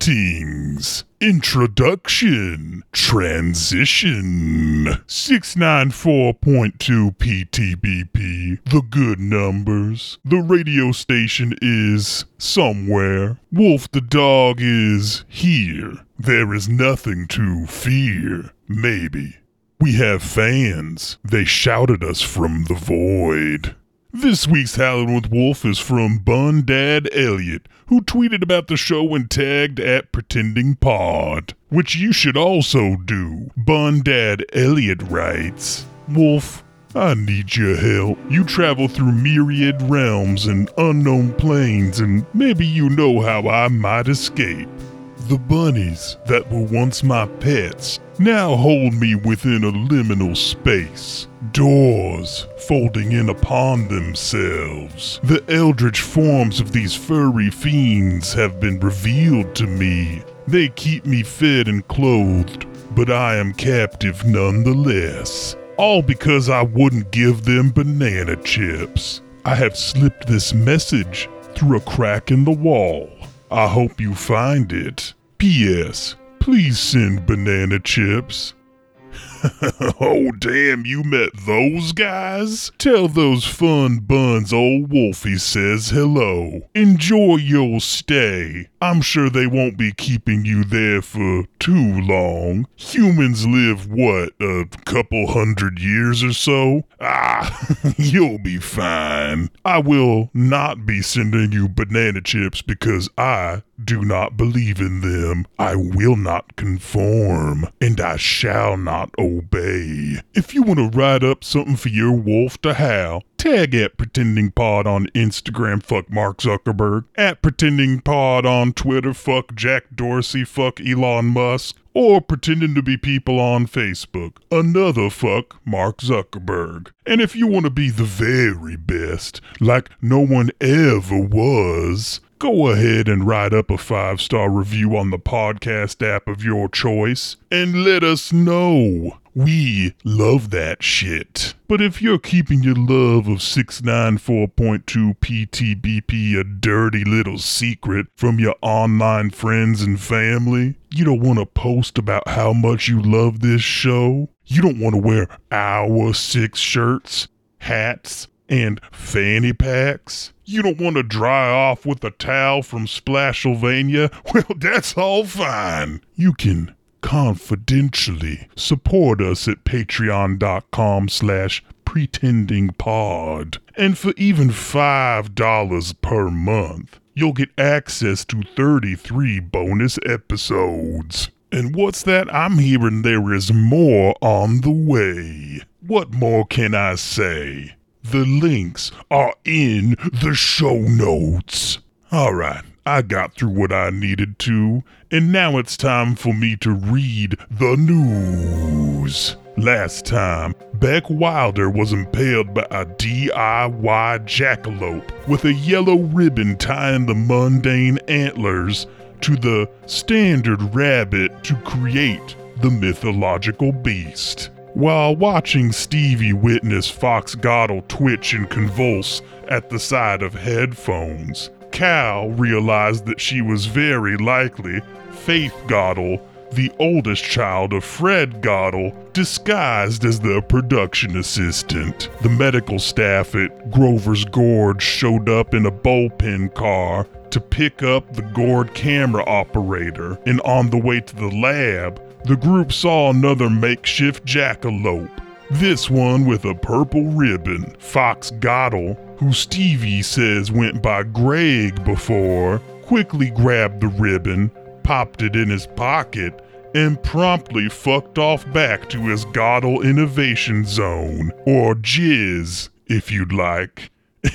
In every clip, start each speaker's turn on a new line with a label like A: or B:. A: Greetings. Introduction. Transition. 694.2 PTBP. The good numbers. The radio station is somewhere. Wolf the dog is here. There is nothing to fear. Maybe. We have fans. They shouted us from the void. This week's Howlin' with Wolf is from Bun Dad Elliott, who tweeted about the show and tagged at Pretending Pod, which you should also do. Bun Dad Elliott writes, Wolf, I need your help. You travel through myriad realms and unknown planes, and maybe you know how I might escape. The bunnies that were once my pets now hold me within a liminal space. Doors folding in upon themselves. The eldritch forms of these furry fiends have been revealed to me. They keep me fed and clothed, but I am captive nonetheless. All because I wouldn't give them banana chips. I have slipped this message through a crack in the wall. I hope you find it. P.S. Please send banana chips. oh, damn, you met those guys? Tell those fun buns old Wolfie says hello. Enjoy your stay. I'm sure they won't be keeping you there for too long. Humans live, what, a couple hundred years or so? Ah, you'll be fine. I will not be sending you banana chips because I do not believe in them. I will not conform, and I shall not obey. If you want to write up something for your wolf to howl, tag at Pretending Pod on Instagram, fuck Mark Zuckerberg, at Pretending Pod on Twitter, fuck Jack Dorsey, fuck Elon Musk, or pretending to be people on Facebook. Another fuck Mark Zuckerberg. And if you want to be the very best, like no one ever was, go ahead and write up a five star review on the podcast app of your choice and let us know. We love that shit. But if you're keeping your love of 694.2 PTBP a dirty little secret from your online friends and family, you don't want to post about how much you love this show. You don't want to wear our six shirts, hats, and fanny packs. You don't want to dry off with a towel from Splashylvania? Well, that's all fine. You can confidentially support us at patreon.com slash pretendingpod. And for even $5 per month, you'll get access to 33 bonus episodes. And what's that? I'm hearing there is more on the way. What more can I say? The links are in the show notes. All right, I got through what I needed to, and now it's time for me to read the news. Last time, Beck Wilder was impaled by a DIY jackalope with a yellow ribbon tying the mundane antlers to the standard rabbit to create the mythological beast. While watching Stevie witness Fox Goddle twitch and convulse at the sight of headphones, Cal realized that she was very likely Faith Goddle, the oldest child of Fred Goddle, disguised as the production assistant. The medical staff at Grover's Gorge showed up in a bullpen car to pick up the Gord camera operator, and on the way to the lab, the group saw another makeshift jackalope, this one with a purple ribbon. Fox Goddle, who Stevie says went by Greg before, quickly grabbed the ribbon, popped it in his pocket, and promptly fucked off back to his Goddle Innovation Zone, or Jizz, if you'd like.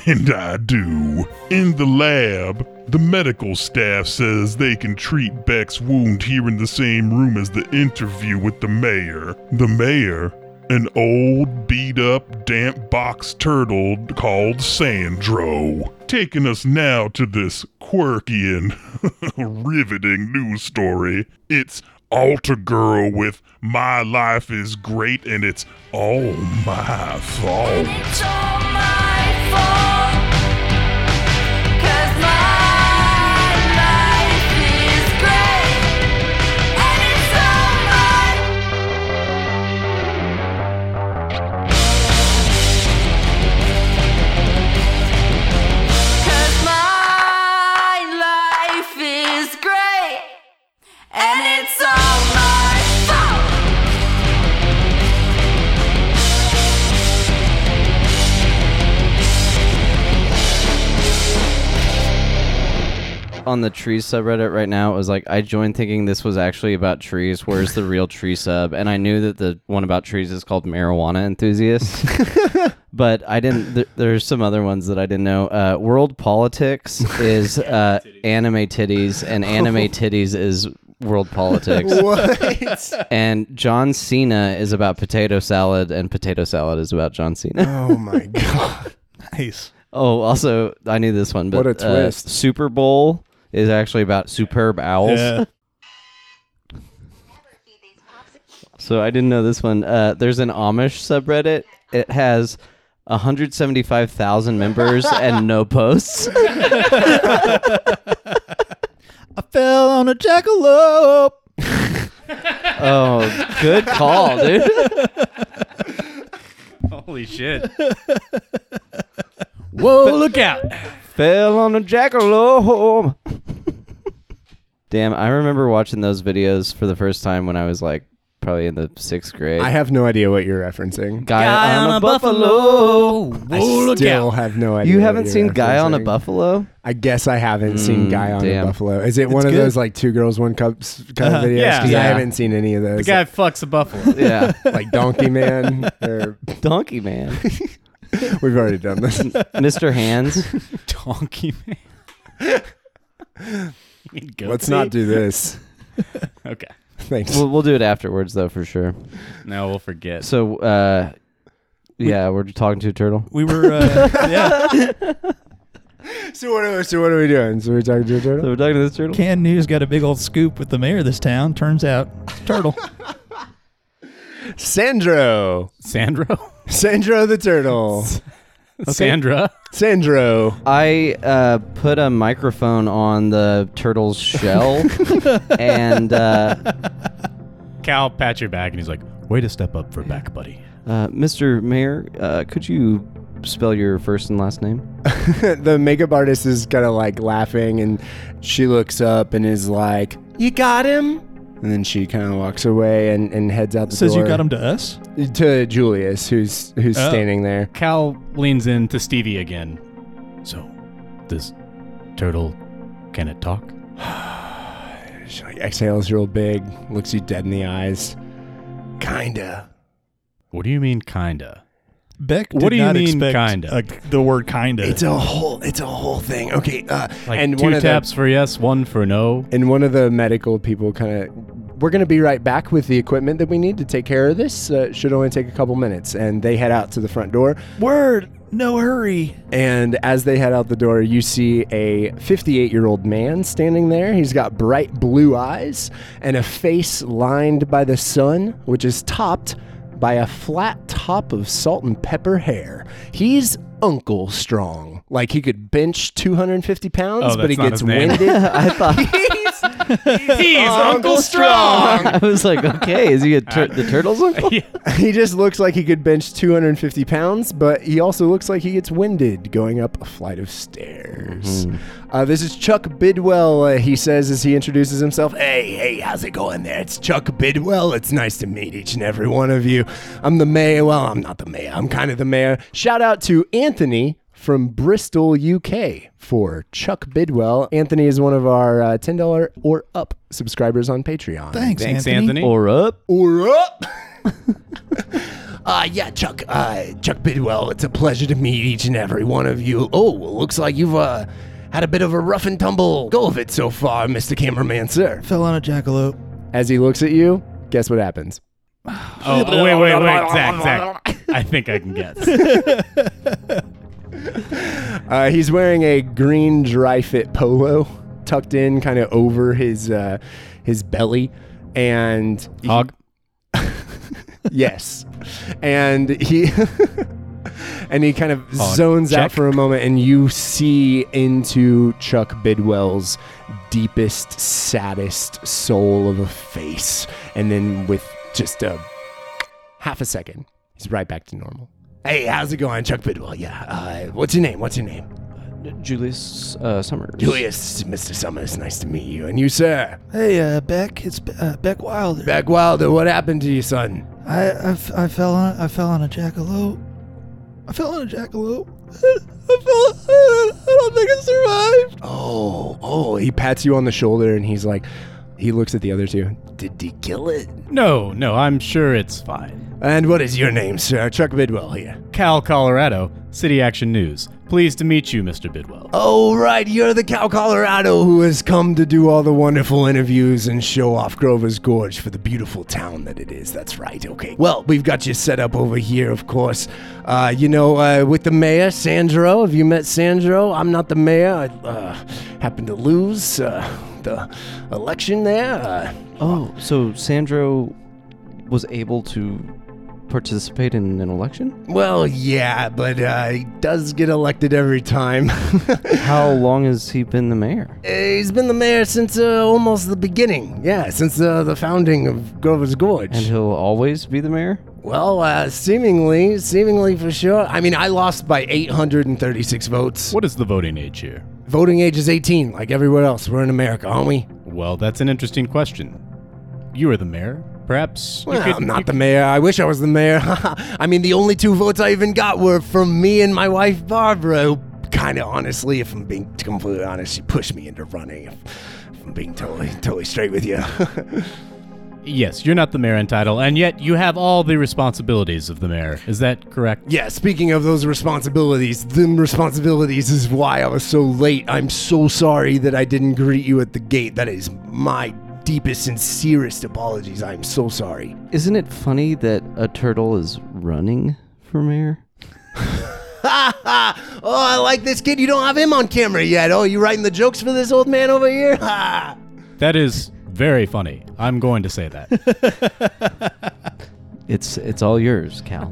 A: And I do. In the lab, the medical staff says they can treat Beck's wound here in the same room as the interview with the mayor. The mayor, an old, beat up, damp box turtle called Sandro. Taking us now to this quirky and riveting news story. It's Alter Girl with My Life is Great and It's All My Fault.
B: It's all my fault. 'Cause my life is great. is great, and it's all my fault.
C: on the tree subreddit right now it was like I joined thinking this was actually about trees. Where's the real tree sub? And I knew that the one about trees is called marijuana enthusiasts. but I didn't. Th- there's some other ones that I didn't know. Uh, World politics is uh, anime titties, and anime titties is world politics.
D: What?
C: And John Cena is about potato salad, and potato salad is about John Cena.
D: oh my god.
E: Nice.
C: Oh, also, I knew this one. But,
D: What a
C: uh,
D: twist.
C: Super Bowl is actually about superb owls.
E: Yeah.
C: So I didn't know this one. Uh, there's an Amish subreddit. It has 175,000 members and no posts.
E: I fell on a jackalope.
C: Oh, good call, dude.
F: Holy shit. Whoa, look out.
C: Fell on a jackalope. Damn, I remember watching those videos for the first time when I was like probably in the sixth grade.
D: I have no idea what you're referencing.
C: Guy,
F: Guy
C: on, a buffalo.
F: Whoa, look
D: Still
F: out.
D: have no idea.
C: You
D: what
C: haven't
D: you're
C: seen Guy on a
D: referencing.
C: Buffalo?
D: I guess I haven't seen
C: Mm,
D: Guy on
C: damn.
D: a Buffalo. Is it one of
E: good.
D: those like two girls one cup s- kind of
E: Uh-huh.
D: videos?
F: Yeah.
D: Because
C: Yeah.
D: I haven't seen any of those.
F: The guy fucks a buffalo.
C: Yeah.
D: like Donkey Man. Or,
C: Donkey Man.
D: we've already done this.
C: Mr. Hands.
F: Donkey man. You mean goatee?
D: Let's not do this.
F: Okay.
D: Thanks.
C: We'll, we'll do it afterwards, though, for sure.
F: No, we'll forget.
C: So, uh, yeah, we're talking to a turtle.
E: We were, uh, yeah.
D: so, what are, so what are we doing? So we're talking to a
C: So
D: turtle.
C: we're talking to this turtle.
E: Can News got a big old scoop with the mayor of this town. Turns out, it's a turtle.
D: Sandro.
F: Sandro?
D: Sandro the turtle.
F: Sandra?
D: Sandro.
C: I uh, put a microphone on the turtle's shell, and uh,
F: Cal pats your back and he's like, way to step up for back, buddy.
C: uh, Mr. Mayor, uh, could you spell your first and last name?
D: the makeup artist is kind of like laughing and she looks up and is like, You got him? And then she kind of walks away and, and heads out the
E: Says
D: door.
E: you got him to us.
D: to Julius, who's who's
E: Oh.
D: standing there.
F: Cal leans in to Stevie again. So, this turtle, can it talk?
D: She like exhales real big, looks you dead in the eyes. Kinda.
F: What do you mean, kinda?
E: Beck did
F: What do you
E: not
F: mean,
E: expect
F: kinda?
E: uh, the word kinda.
D: It's a whole it's a whole thing. Okay, uh,
F: Like
D: and one
F: two
D: of
F: taps for yes, one for no.
D: The, and one of the medical people kind of we're going to be right back with the equipment that we need to take care of this. Uh, should only take a couple minutes. And they head out to the front door.
E: word. No hurry.
D: And as they head out the door, you see a 58 year old man standing there. He's got bright blue eyes and a face lined by the sun, which is topped by a flat top of salt and pepper hair. He's Uncle Strong. Like he could bench 250 pounds,
F: Oh,
D: but
F: that's
D: he
F: not
D: gets
F: his name.
D: winded.
C: I thought
F: He's Uncle Strong!
C: I was like, okay, is he a tur- the turtle's uncle?
D: he just looks like he could bench 250 pounds, but he also looks like he gets winded going up a flight of stairs. Uh, this is Chuck Bidwell, uh, he says as he introduces himself. Hey, hey, how's it going there? It's Chuck Bidwell. It's nice to meet each and every one of you. I'm the mayor. Well, I'm not the mayor, I'm kind of the mayor. Shout out to Anthony. From Bristol, UK, for Chuck Bidwell. Anthony is one of our uh, $10 or up subscribers on Patreon.
E: Thanks,
F: Thanks,
E: Anthony.
F: Anthony.
C: Or up?
D: Or up. uh, yeah, Chuck. Uh, Chuck Bidwell. It's a pleasure to meet each and every one of you. Oh, well, looks like you've uh, had a bit of a rough and tumble go of it so far, Mr. Cameraman, sir.
E: Fell on a jackalope.
D: As he looks at you, guess what happens?
F: Oh, wait, wait, wait, Zach, Zach. I think I can guess.
D: Uh, he's wearing a green dry fit polo, tucked in kind of over his uh, his belly, and
F: Hog?
D: yes and he and he kind of
F: Oh,
D: zones out
F: check.
D: for a moment and you see into chuck bidwell's deepest saddest soul of a face and then with just a half a second he's right back to normal hey how's it going chuck bidwell yeah uh, what's your name what's your name
C: Julius uh, Summers.
D: Julius, Mr. Summers, nice to meet you. And you, sir?
E: Hey, uh, Beck, it's uh, Beck Wilder.
D: Beck Wilder, what happened to you, son?
E: I, I, f- I fell on I fell on a jackalope. I fell on a jackalope. I fell. I don't think I survived.
D: Oh, oh, he pats you on the shoulder and he's like, he looks at the other two. Did he kill it?
F: No, no, I'm sure it's fine.
D: And what is your name, sir? Chuck Bidwell here.
F: Cal, Colorado, City Action News. Pleased to meet you, Mr. Bidwell.
D: Oh, right, you're the Cal Colorado who has come to do all the wonderful interviews and show off Grover's Gorge for the beautiful town that it is. That's right, okay. Well, we've got you set up over here, of course. Uh, you know, uh, with the mayor, Sandro. Have you met Sandro? I'm not the mayor. I uh, happened to lose uh, the election there. Uh,
C: Oh, so Sandro was able to participate in an election?
D: well, yeah, but uh, he does get elected every time.
C: How long has he been the mayor?
D: Uh, He's been the mayor since uh, almost the beginning. Yeah, since uh, the founding of Grover's Gorge.
C: And he'll always be the mayor?
D: well, uh, seemingly, seemingly for sure. I mean, I lost by 836 votes.
F: What is the voting age here?
D: Voting age is 18, like everywhere else. We're in America, aren't we?
F: Well, that's an interesting question. You are the mayor. Perhaps you
D: Well,
F: could-
D: I'm
F: you
D: not the mayor. I wish I was the mayor. I mean, the only two votes I even got were from me and my wife, Barbara, who kind of honestly, if I'm being completely honest, she pushed me into running. If, if I'm being totally, totally straight with you.
F: Yes, you're not the mayor in title, and yet you have all the responsibilities of the mayor. Is that correct?
D: Yeah, speaking of those responsibilities, them responsibilities is why I was so late. I'm so sorry that I didn't greet you at the gate. That is my deepest, sincerest apologies. I'm so sorry.
C: Isn't it funny that a turtle is running for mayor?
D: Ha ha! Oh, I like this kid. You don't have him on camera yet. Oh, you writing the jokes for this old man over here? Ha!
F: That is very funny. I'm going to say that.
C: It's it's all yours, Cal.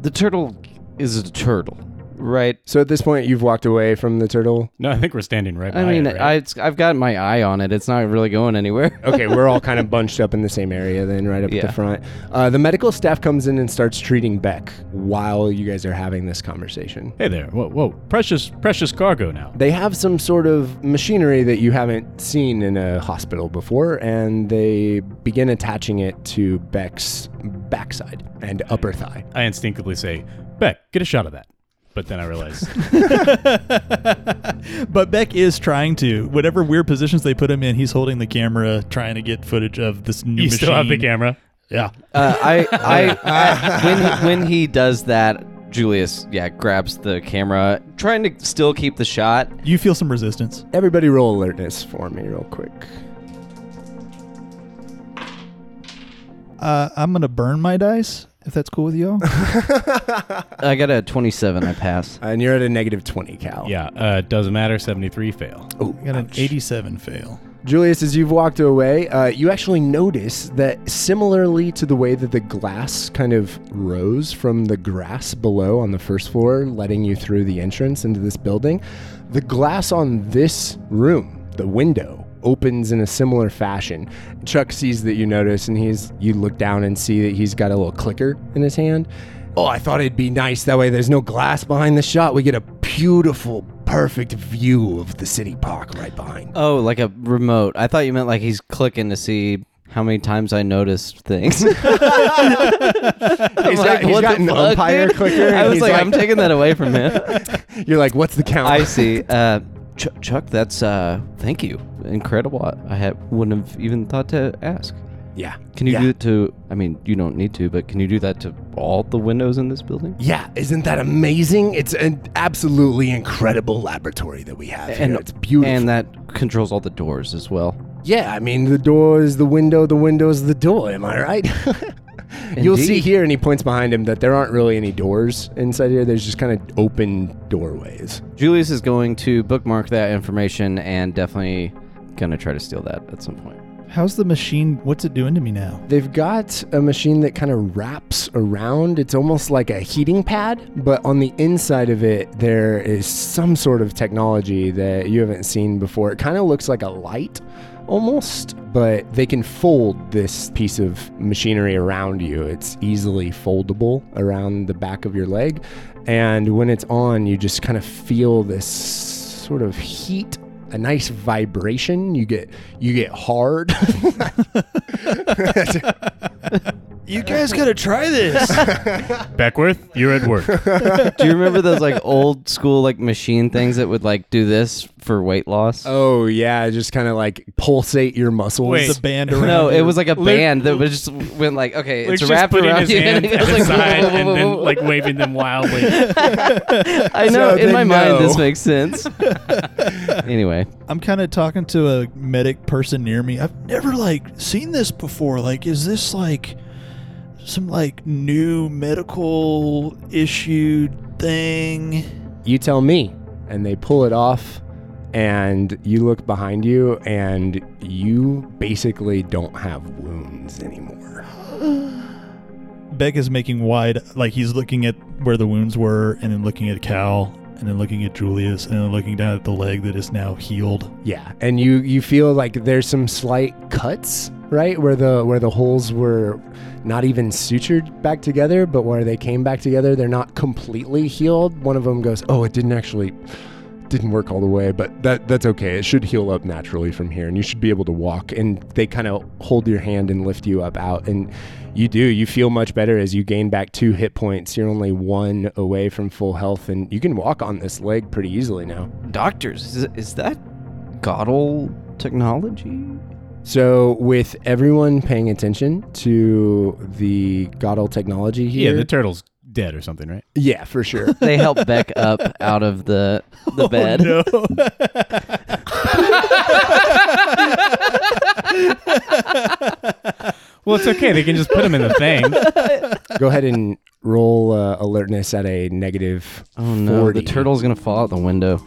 C: the turtle is a turtle, right?
D: So at this point, you've walked away from the turtle.
F: no, I think we're standing right.
C: I
F: by
C: mean,
F: it, right?
C: I, it's, I've got my eye on it. It's not really going anywhere.
D: Okay, we're all kind of bunched up in the same area then, right up at
C: Yeah.
D: the front. Uh, the medical staff comes in and starts treating Beck while you guys are having this conversation.
F: Hey there. Whoa, whoa. Precious, precious cargo now.
D: They have some sort of machinery that you haven't seen in a hospital before, and they begin attaching it to Beck's backside and upper thigh.
F: I instinctively say, Beck, get a shot of that. But then I realize,
E: But Beck is trying to. Whatever weird positions they put him in, he's holding the camera, trying to get footage of this
F: you
E: new machine.
F: still have the camera.
E: Yeah.
C: Uh, I, I, I- when he, when he does that, Julius, yeah, grabs the camera, trying to still keep the shot.
E: You feel some resistance.
D: Everybody, roll alertness for me, real quick.
E: Uh, I'm gonna burn my dice if that's cool with y'all.
C: I got a twenty-seven. I pass.
D: Uh, And you're at a negative 20, Cal.
F: Yeah, uh, doesn't matter. 73 fail.
D: Oh,
E: I got an 87 fail.
D: Julius, as you've walked away, uh, you actually notice that similarly to the way that the glass kind of rose from the grass below on the first floor, letting you through the entrance into this building, the glass on this room, the window, opens in a similar fashion. Chuck sees that you notice, and he's you look down and see that he's got a little clicker in his hand. Oh, I thought it'd be nice that way. There's no glass behind the shot. We get a beautiful, perfect view of the city park right behind.
C: Oh, like a remote. I thought you meant like he's clicking to see how many times I noticed things. He's
D: He's got, he's got an umpire clicker.
C: I
D: and
C: was
D: he's
C: like, I'm taking that away from him.
D: you're like, what's the count?
C: I see. Uh, Ch- Chuck, that's uh, thank you. Incredible. I- I ha- wouldn't have even thought to ask.
D: yeah.
C: Can you
D: yeah.
C: do it to? I mean, you don't need to, but can you do that to all the windows in this building?
D: Yeah, isn't that amazing? It's an absolutely incredible laboratory that we have here. It's beautiful.
C: And that controls all the doors as well.
D: yeah, I mean, the door is the window, the window is the door. Am I right? You'll see
C: Indeed.
D: here, and he points behind him that there aren't really any doors inside here. There's just kind of open doorways.
C: Julius is going to bookmark that information and definitely gonna try to steal that at some point.
E: How's the machine? What's it doing to me now?
D: They've got a machine that kind of wraps around. It's almost like a heating pad, but on the inside of it, there is some sort of technology that you haven't seen before. It kind of looks like a light almost, but they can fold this piece of machinery around you. It's easily foldable around the back of your leg, And when it's on, you just kind of feel this sort of heat, a nice vibration. You get you get hard.
E: You guys gotta try this.
F: Beckworth, you're at work.
C: Do you remember those like old school like machine things that would like do this for weight loss?
D: oh yeah, just kind of like pulsate your muscles.
F: Wait.
E: It's a band around.
C: No, it
E: your-
C: was like a
F: Luke-
C: band that was just went like, okay,
F: Luke's
C: it's
F: just
C: wrapped
F: putting
C: around
F: his
C: you,
F: hand
C: and
F: to
C: it goes
F: the
C: like,
F: side and then like waving them wildly.
C: I know
D: So
C: in
D: they
C: my
D: know.
C: mind this makes sense. anyway,
E: I'm kind of talking to a medic person near me. I've never like seen this before. Like, is this like some like new medical issue thing?
D: you tell me. And they pull it off, and you look behind you, and you basically don't have wounds anymore.
E: Beck is making wide, like he's looking at where the wounds were, and then looking at Cal, and then looking at Julius, and then looking down at the leg that is now healed.
D: Yeah, and you you feel like there's some slight cuts, right, where the where the holes were not even sutured back together, but where they came back together, they're not completely healed. One of them goes, "Oh, it didn't actually didn't work all the way, but that that's okay. It should heal up naturally from here, and you should be able to walk." And they kind of hold your hand and lift you up out, and you do. You feel much better as you gain back two hit points. You're only one away from full health, and you can walk on this leg pretty easily now.
C: doctors, is, is that Godel technology?
D: So, with everyone paying attention to the Godel technology
F: yeah,
D: here,
F: the turtle's dead or something, right?
D: yeah, for sure.
C: They help Beck up out of the the bed.
F: Well, it's okay. They can just put him in the thing.
D: Go ahead and roll uh, alertness at a negative.
C: Oh no,
D: 40.
C: the turtle's gonna fall out the window.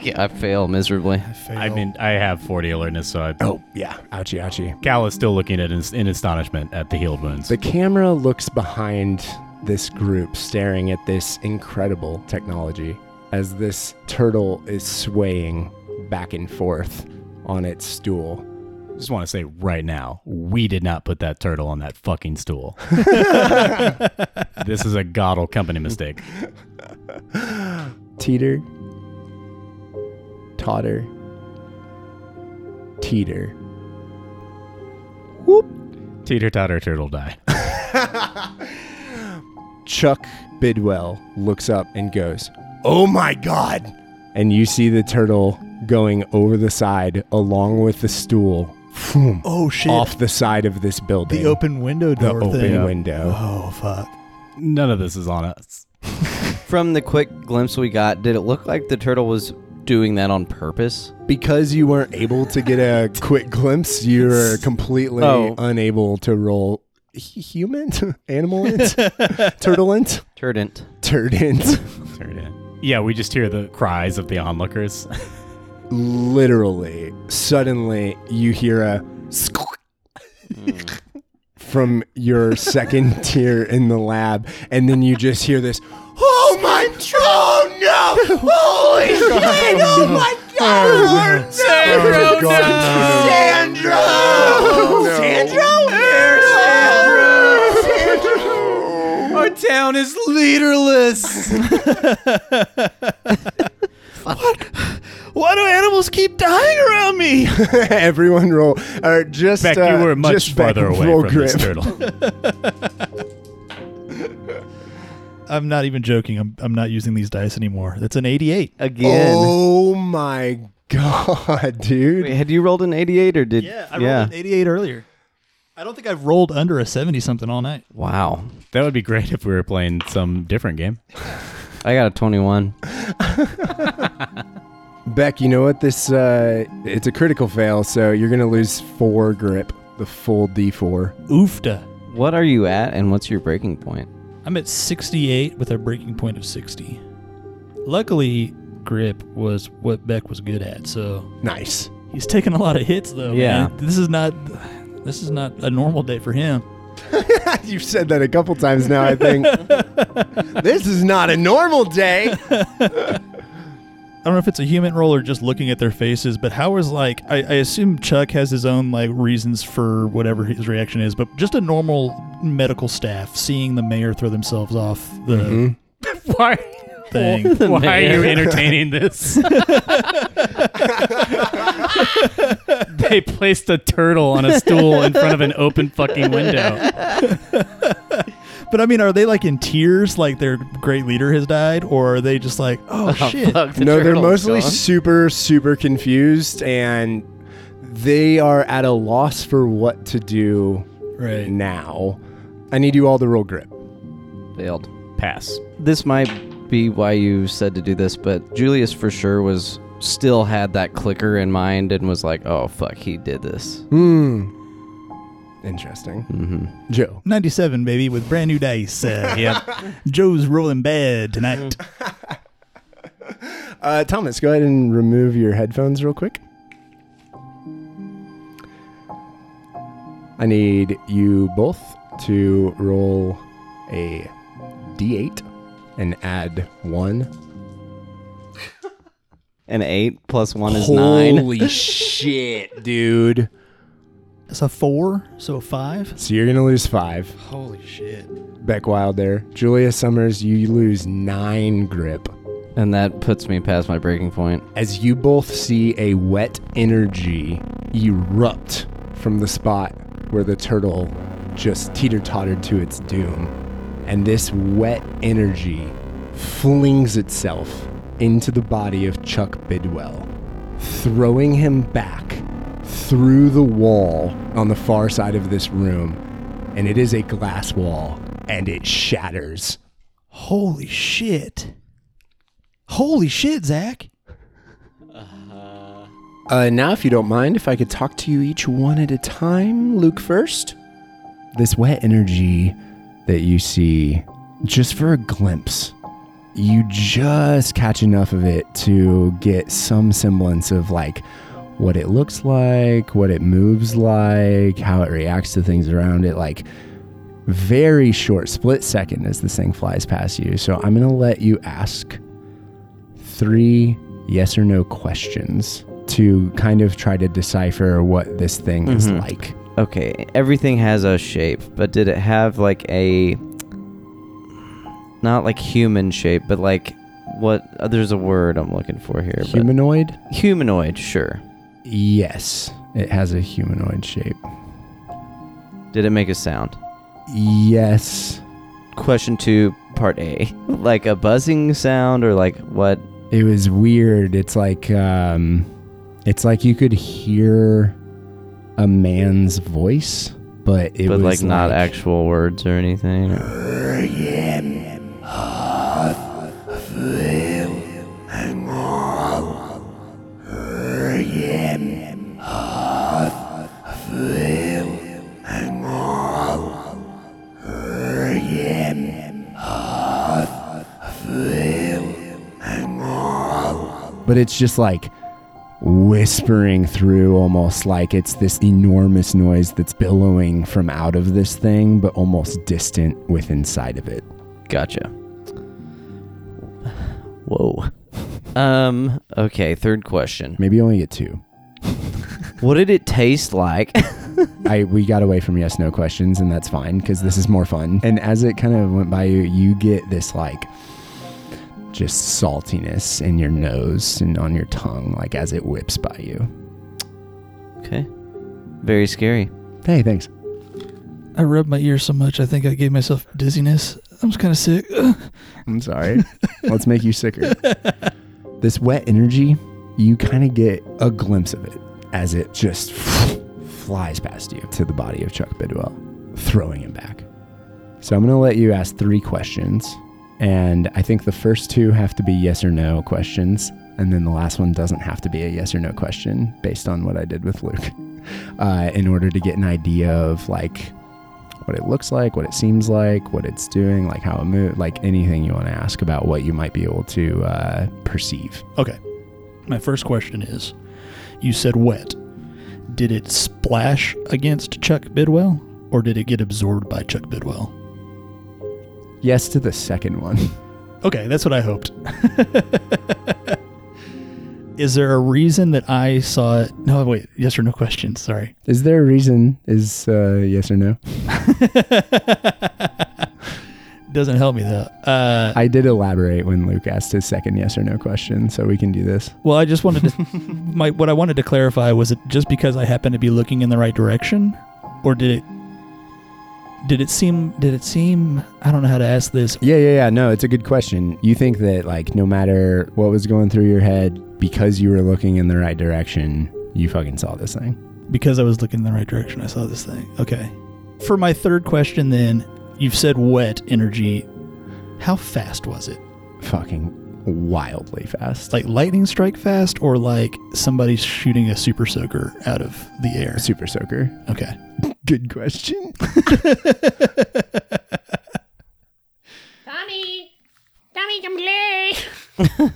C: Yeah, I fail miserably.
F: I mean, I have 40 alertness, so I,
D: Oh yeah, ouchie ouchie.
F: Cal is still looking at in, in astonishment at the healed wounds.
D: The camera looks behind this group, staring at this incredible technology as this turtle is swaying back and forth on its stool.
F: just want to say right now, we did not put that turtle on that fucking stool. this is a Godel company mistake.
D: Teeter, totter, teeter.
F: Teeter totter turtle die.
D: Chuck Bidwell looks up and goes, Oh my God. And you see the turtle going over the side along with the stool phoom,
E: Oh shit!
D: off the side of this building.
E: the open window
D: The
E: door
D: open
E: thing.
D: window.
E: Oh fuck!
F: None of this is on us.
C: From the quick glimpse we got, did it look like the turtle was doing that on purpose?
D: Because you weren't able to get a quick glimpse, you're completely
C: Oh.
D: unable to roll hu- human, animal, turtleant,
C: Turdent.
D: turdent.
F: Turn it in. Yeah, we just hear the cries of the onlookers.
D: literally, suddenly you hear a squeak Hmm. from your second tier in the lab, and then you just hear this. Oh my! Oh no! Holy shit! Oh my god! Oh, Sandro! No. Sandro! Oh Sandro! Sandro!
F: Our town is leaderless.
E: Why do animals keep dying around me?
D: Everyone roll. Or just
F: Beck,
D: uh,
F: you were much
D: just Beck
F: farther away
D: roll
F: from
D: grip.
F: this turtle.
E: I'm not even joking. I'm, I'm not using these dice anymore. That's an 88.
C: Again.
D: Oh my god, dude!
C: Wait, had you rolled an 88 or did yeah.
E: 88 earlier. I don't think I've rolled under a 70 something all night.
C: Wow.
F: that would be great if we were playing some different game.
C: I got a 21.
D: Beck, you know what? This uh, it's a critical fail, so you're gonna lose four grip, the full D4.
E: Oofta.
C: What are you at and what's your breaking point?
E: I'm at 68 with a breaking point of 60. Luckily, grip was what Beck was good at, so
D: Nice.
E: he's taking a lot of hits though.
C: Yeah.
E: man. This is not this is not a normal day for him.
D: You've said that a couple times now. I think this is not a normal day.
E: I don't know if it's a human roll or just looking at their faces, but how is like I, I assume Chuck has his own like reasons for whatever his reaction is, but just a normal medical staff seeing the mayor throw themselves off the
F: Why?
E: thing.
F: Why are you entertaining this? they placed a turtle on a stool in front of an open fucking window.
E: but I mean, are they like in tears like their great leader has died, or are they just like, oh, shit?
C: Fuck, the
D: no, they're
C: turtle's
D: mostly
C: gone.
D: super, super confused, and they are at a loss for what to do
E: Right.
D: now. I need you all to roll grip.
C: failed.
F: Pass.
C: This might be why you said to do this, but Julius for sure was still had that clicker in mind and was like, "Oh fuck, he did this."
D: Hmm. Interesting. Joe.
E: 97, baby, with brand new dice. Uh, yep. Joe's rolling bad tonight.
D: Uh, Thomas, go ahead and remove your headphones real quick. I need you both to roll a d8 and add one.
C: An eight plus one is nine.
D: Holy shit, dude.
E: It's a four, so a five.
D: So you're going to lose five.
E: Holy shit.
D: Beck Wild there. Julia Summers, you lose nine grip.
C: And that puts me past my breaking point.
D: as you both see a wet energy erupt from the spot where the turtle just teeter tottered to its doom. And this wet energy flings itself into the body of Chuck Bidwell, throwing him back through the wall on the far side of this room. And it is a glass wall, and it shatters.
E: Holy shit. Holy shit, Zach.
D: Uh, now, if you don't mind, if I could talk to you each one at a time, Luke first. This wet energy that you see, just for a glimpse, you just catch enough of it to get some semblance of like what it looks like, what it moves like, how it reacts to things around it. Like, very short, split second as this thing flies past you. So, I'm going to let you ask three yes or no questions to kind of try to decipher what this thing is
C: Mhm.
D: like.
C: Okay, everything has a shape, but did it have like a not like human shape, but like what? uh, there's a word I'm looking for here. but-
D: Humanoid?
C: humanoid, sure.
D: Yes, it has a humanoid shape.
C: Did it make a sound?
D: Yes,
C: Question two, part A, like a buzzing sound or like what?
D: it was weird. It's like um it's like you could hear a man's voice, but it
C: but like
D: was
C: not actual words or anything.
D: but it's just like whispering through almost like it's this enormous noise that's billowing from out of this thing but almost distant with inside of it.
C: Gotcha. Whoa. Um. Okay. Third question.
D: Maybe you only get two.
C: What did it taste like?
D: I we got away from yes no questions and that's fine because this is more fun. And as it kind of went by you, you get this like just saltiness in your nose and on your tongue, like as it whips by you.
C: okay. Very scary.
D: Hey, thanks.
E: I rubbed my ear so much, I think I gave myself dizziness. I'm just kind of sick.
D: I'm sorry. Let's make you sicker. This wet energy, you kind of get a glimpse of it as it just flies past you to the body of Chuck Bidwell, throwing him back. So I'm going to let you ask three questions. And I think the first two have to be yes or no questions. And then the last one doesn't have to be a yes or no question based on what I did with Luke uh, in order to get an idea of like what it looks like, what it seems like, what it's doing, like how it moves, like anything you want to ask about what you might be able to uh, perceive.
E: Okay. My first question is you said wet. Did it splash against Chuck Bidwell or did it get absorbed by Chuck Bidwell?
D: Yes to the second one.
E: Okay, that's what I hoped. Is there a reason that I saw it? No, wait. Yes or no question. Sorry.
D: Is there a reason? Is uh, yes or no?
E: Doesn't help me though. Uh,
D: I did elaborate when Luke asked his second yes or no question, so we can do this.
E: well, I just wanted to. my what I wanted to clarify was it just because I happened to be looking in the right direction, or did it? Did it seem? Did it seem? I don't know how to ask this.
D: Yeah, yeah, yeah. No, it's a good question. You think that, like, no matter what was going through your head, because you were looking in the right direction, you fucking saw this thing.
E: because I was looking in the right direction, I saw this thing. Okay. For my third question, then, you've said wet energy. How fast was it?
D: Fucking wildly fast.
E: Like lightning strike fast, or like somebody's shooting a super soaker out of the air?
D: super soaker.
E: Okay.
D: Good question.
G: Tommy! Tommy, come play!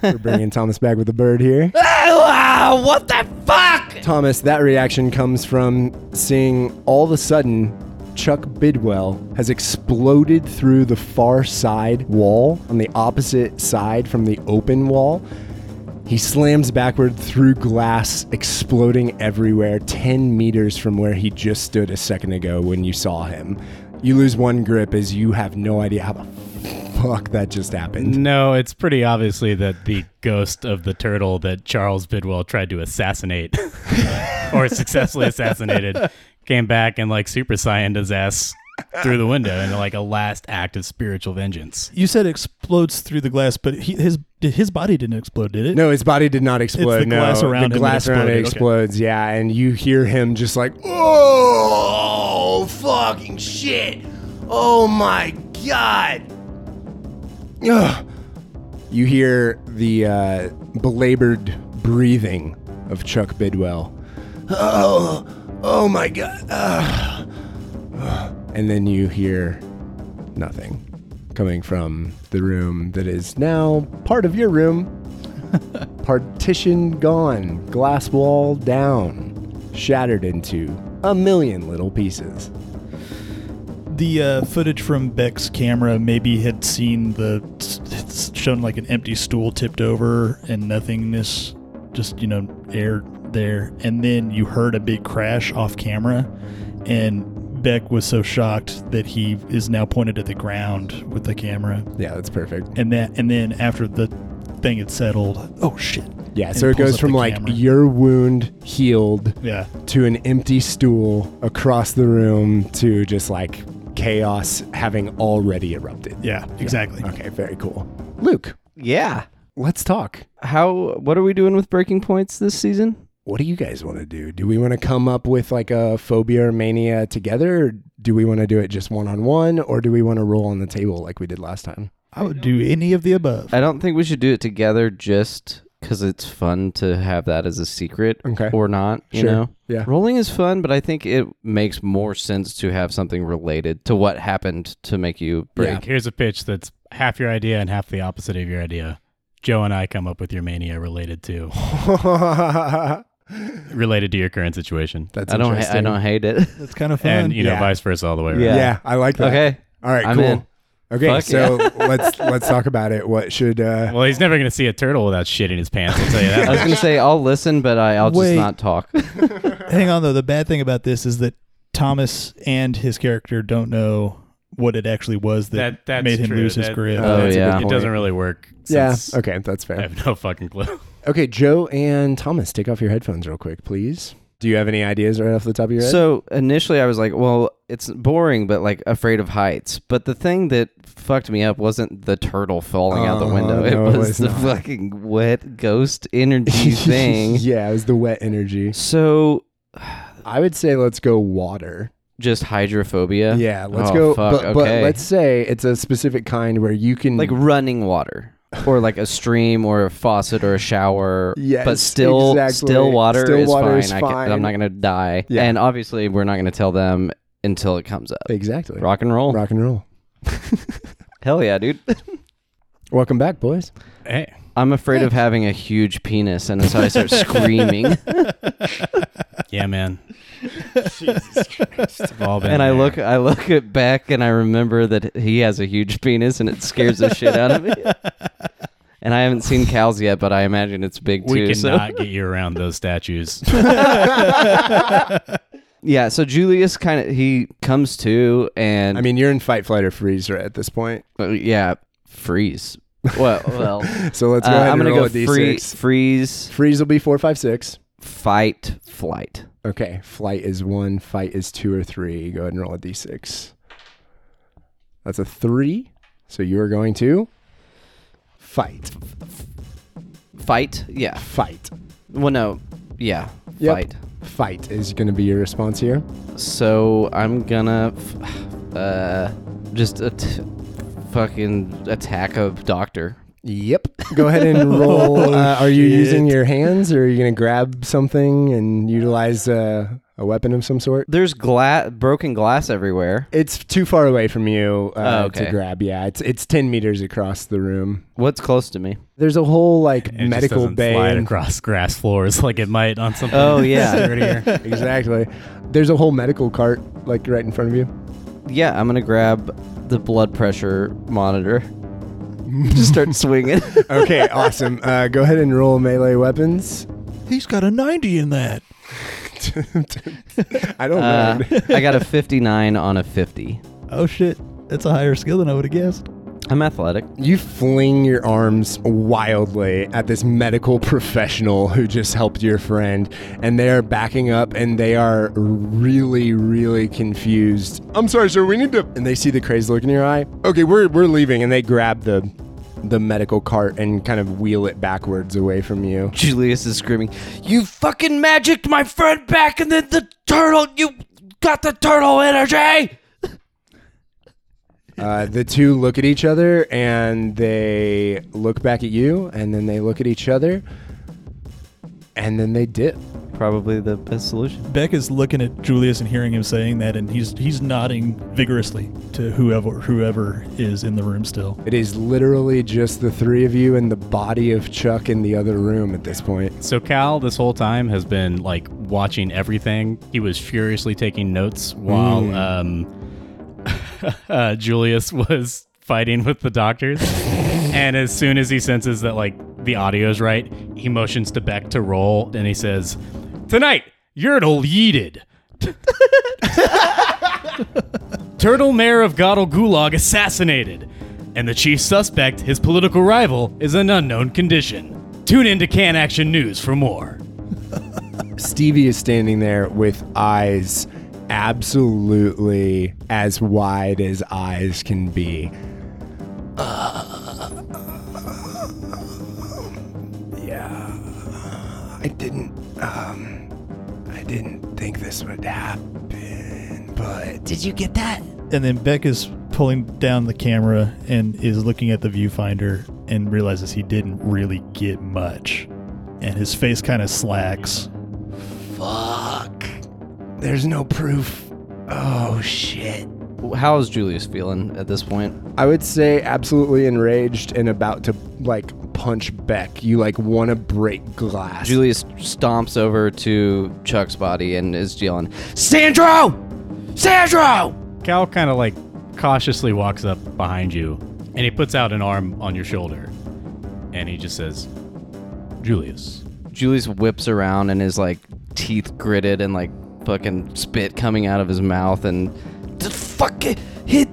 D: We're bringing Thomas back with the bird here.
C: Ah, what the fuck?
D: Thomas, that reaction comes from seeing all of a sudden Chuck Bidwell has exploded through the far side wall on the opposite side from the open wall. He slams backward through glass, exploding everywhere, 10 meters from where he just stood a second ago when you saw him. You lose one grip as you have no idea how the fuck that just happened.
F: No, it's pretty obviously that the ghost of the turtle that Charles Bidwell tried to assassinate or successfully assassinated came back and like super saiyaned his ass through the window in like a last act of spiritual vengeance.
E: You said explodes through the glass, but he, his his body didn't explode, did it?
D: No, his body did not explode.
E: the
D: no.
E: glass around him
D: the
E: that
D: glass around it
E: exploded, okay.
D: explodes. Yeah, and you hear him just like, "Oh fucking shit! Oh my god!" Ugh. You hear the uh, belabored breathing of Chuck Bidwell. Oh, oh my god! Ugh. Ugh. And then you hear nothing coming from the room that is now part of your room partition gone, glass wall down, shattered into a million little pieces.
E: The uh, footage from Beck's camera maybe had seen the it's shown like an empty stool tipped over and nothingness, just you know air there, and then you heard a big crash off camera, and Beck was so shocked that he is now pointed at the ground with the camera,
D: Yeah, that's perfect.
E: and that and then after the thing had settled, oh shit,
D: Yeah,
E: and
D: so it
E: pulls
D: goes
E: up
D: from
E: the
D: like
E: camera.
D: your wound healed
E: yeah,
D: to an empty stool across the room to just like chaos having already erupted.
E: yeah, exactly.
D: Okay, very cool. Luke,
C: Yeah.
D: let's talk.
C: How? What are we doing with breaking points this season?
D: What do you guys want to do? Do we want to come up with like a phobia or mania together? Or do we want to do it just one on one? Or do we want to roll on the table like we did last time?
E: I would do any of the above.
C: I don't think we should do it together just because it's fun to have that as a secret
D: Okay.
C: or not, you
D: Sure.
C: know?
D: Yeah.
C: Rolling is fun, but I think it makes more sense to have something related to what happened to make you break.
F: Here's a pitch that's half your idea and half the opposite of your idea. Joe and I come up with your mania related to related to your current situation.
D: That's
C: I don't ha-
D: Interesting.
C: I don't hate it.
E: That's kind of fun.
F: And you know,
D: Yeah.
F: vice versa all the way around.
C: Uh, Yeah.
D: Yeah. I like that.
C: okay.
D: All right.
C: I'm
D: cool.
C: in.
D: Okay.
C: Fuck
D: so let's let's talk about it. What should? uh
F: Well, he's never going to see a turtle without shit in his pants. I'll tell you
C: I
F: that.
C: was
F: much.
C: going to say I'll listen, but I, I'll
E: Wait.
C: just not talk.
E: Hang on though. The bad thing about this is that Thomas and his character don't know what it actually was that,
F: That- that's
E: made him
F: true.
E: lose his
F: That-
E: grip.
C: Oh,
D: that's a
C: yeah.
D: good
F: it
D: point.
F: doesn't really work.
D: uh, Yeah.
F: since
D: Okay. That's
F: I
D: fair.
F: have no fucking clue.
D: Okay, Joe and Thomas, take off your headphones real quick, please. Do you have any ideas right off the top of your head?
C: So initially, I was like, well, it's boring, but like afraid of heights. But the thing that fucked me up wasn't the turtle falling out the
D: Uh,
C: window, it
D: no, it
C: was,
D: was
C: the
D: not.
C: fucking wet ghost energy thing.
D: yeah, it was the wet energy.
C: So
D: I would say let's go water.
C: just hydrophobia.
D: Yeah, let's
C: Oh,
D: go.
C: fuck,
D: but, but
C: okay. Mm.
D: let's say it's a specific kind where you can
C: like running water or like a stream or a faucet or a shower.
D: Yes,
C: but still,
D: exactly.
C: still water,
D: Still
C: is,
D: water
C: fine.
D: is
C: I can,
D: fine.
C: I'm not gonna die.
D: Yeah.
C: And obviously, we're not gonna tell them until it comes up.
D: exactly
C: Rock and roll.
D: rock and roll.
C: Hell yeah, dude.
D: Welcome back, boys.
F: Hey,
C: I'm afraid of having a huge penis, and so I start screaming.
F: yeah, man. We've all been
C: and I
F: there.
C: look, I look at Beck, and I remember that he has a huge penis, and it scares the shit out of me. And I haven't seen Cal's yet, but I imagine it's big too.
F: We
C: so-
F: cannot get you around those statues.
C: yeah, so Julius kind of he comes to, and
D: I mean, you're in fight, flight, or freeze right at this point.
C: uh, yeah, freeze. Well, well, uh,
D: So let's go ahead
C: I'm
D: and
C: gonna
D: roll
C: go
D: a d6.
C: free, freeze,
D: freeze will be four, five, six.
C: fight, flight.
D: Okay, flight is one, fight is two or three. Go ahead and roll a d6. That's a three. So you are going to fight,
C: Fight, yeah.
D: fight,
C: Well, no, yeah,
D: Yep.
C: fight.
D: fight is going to be your response here.
C: So I'm gonna, f- uh, just a t- fucking attack a doctor.
D: Yep. Go ahead and roll. uh,
C: Oh,
D: are you using your hands, or are you going to grab something and utilize uh, a weapon of some sort?
C: There's glass, broken glass everywhere.
D: It's too far away from you uh,
C: Oh, okay.
D: to grab. Yeah, it's it's ten meters across the room.
C: What's close to me?
D: There's a whole like
F: It just
D: medical
F: doesn't
D: bay.
F: slide
D: and-
F: across grass floors like it might on something.
C: Oh, yeah.
F: sturdier.
D: exactly. There's a whole medical cart like right in front of you.
C: Yeah, I'm gonna grab the blood pressure monitor. Just start swinging.
D: Okay, awesome. Uh, go ahead and roll melee weapons.
E: He's got a 90 in that.
D: I don't
C: Uh,
D: know.
C: I got a 59 on a 50.
E: Oh shit. That's a higher skill than I would have guessed.
C: I'm athletic.
D: You fling your arms wildly at this medical professional who just helped your friend, and they are backing up and they are really, really confused. I'm sorry, sir, we need to. And they see the crazed look in your eye. Okay, we're, we're leaving. And they grab the, the medical cart and kind of wheel it backwards away from you.
C: Julius is screaming, "You fucking magicked my friend back, and then the turtle. You got the turtle energy."
D: Uh, the two look at each other and they look back at you, and then they look at each other, and then they dip.
C: Probably the best solution.
E: Beck is looking at Julius and hearing him saying that, and he's he's nodding vigorously to whoever whoever is in the room still.
D: It is literally just the three of you and the body of Chuck in the other room at this point.
F: So Cal, this whole time has been like watching everything. He was furiously taking notes while um, uh, Julius was fighting with the doctors. and as soon as he senses that like the audio is right, he motions to Beck to roll, and he says, "Tonight, you're deleted." Turtle Mayor of Godel Gulag assassinated, and the chief suspect, his political rival, is an unknown condition. Tune in to Can Action News for more.
D: Stevie is standing there with eyes absolutely as wide as eyes can be. yeah, I didn't, um, I didn't think this would happen, but did you get that?
E: And then Beck is pulling down the camera and is looking at the viewfinder and realizes he didn't really get much. And his face kind of slacks.
D: Fuck. There's no proof. Oh shit.
C: How is Julius feeling at this point?
D: I would say absolutely enraged and about to like punch Beck. You like want to break glass.
C: Julius stomps over to Chuck's body and is yelling, "Sandro, Sandro!"
F: Cal kind of like cautiously walks up behind you and he puts out an arm on your shoulder and he just says, Julius.
C: Julius whips around and is like teeth gritted and like fucking spit coming out of his mouth and just fuck it, hit.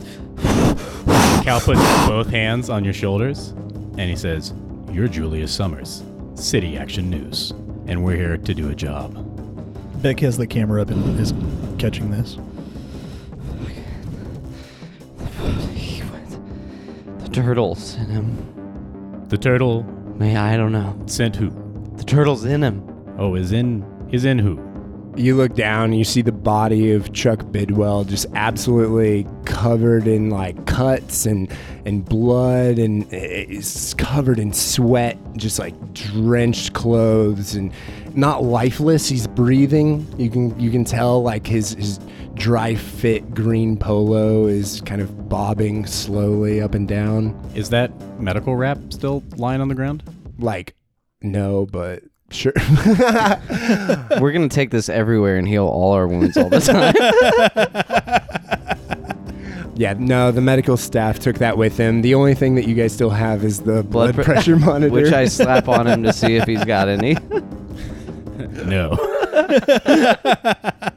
F: Cal puts both hands on your shoulders and he says, You're Julius Summers, City Action News, and we're here to do a job.
E: Beck has the camera up and is catching this.
C: He went. The turtles in him.
F: The turtle
C: May I don't know.
F: sent who?
C: The turtle's in him.
F: Oh, is in is in who?
D: You look down, you see the body of Chuck Bidwell just absolutely covered in like cuts and and blood and it's covered in sweat, just like drenched clothes and not lifeless. He's breathing. You can you can tell like his his dry fit green polo is kind of bobbing slowly up and down.
F: Is that medical wrap still lying on the ground?
D: Like no, but sure.
C: We're gonna take this everywhere and heal all our wounds all the time.
D: Yeah, no, the medical staff took that with them. The only thing that you guys still have is the blood,
C: pre-
D: pressure monitor.
C: which I slap on him to see if he's got any.
F: No.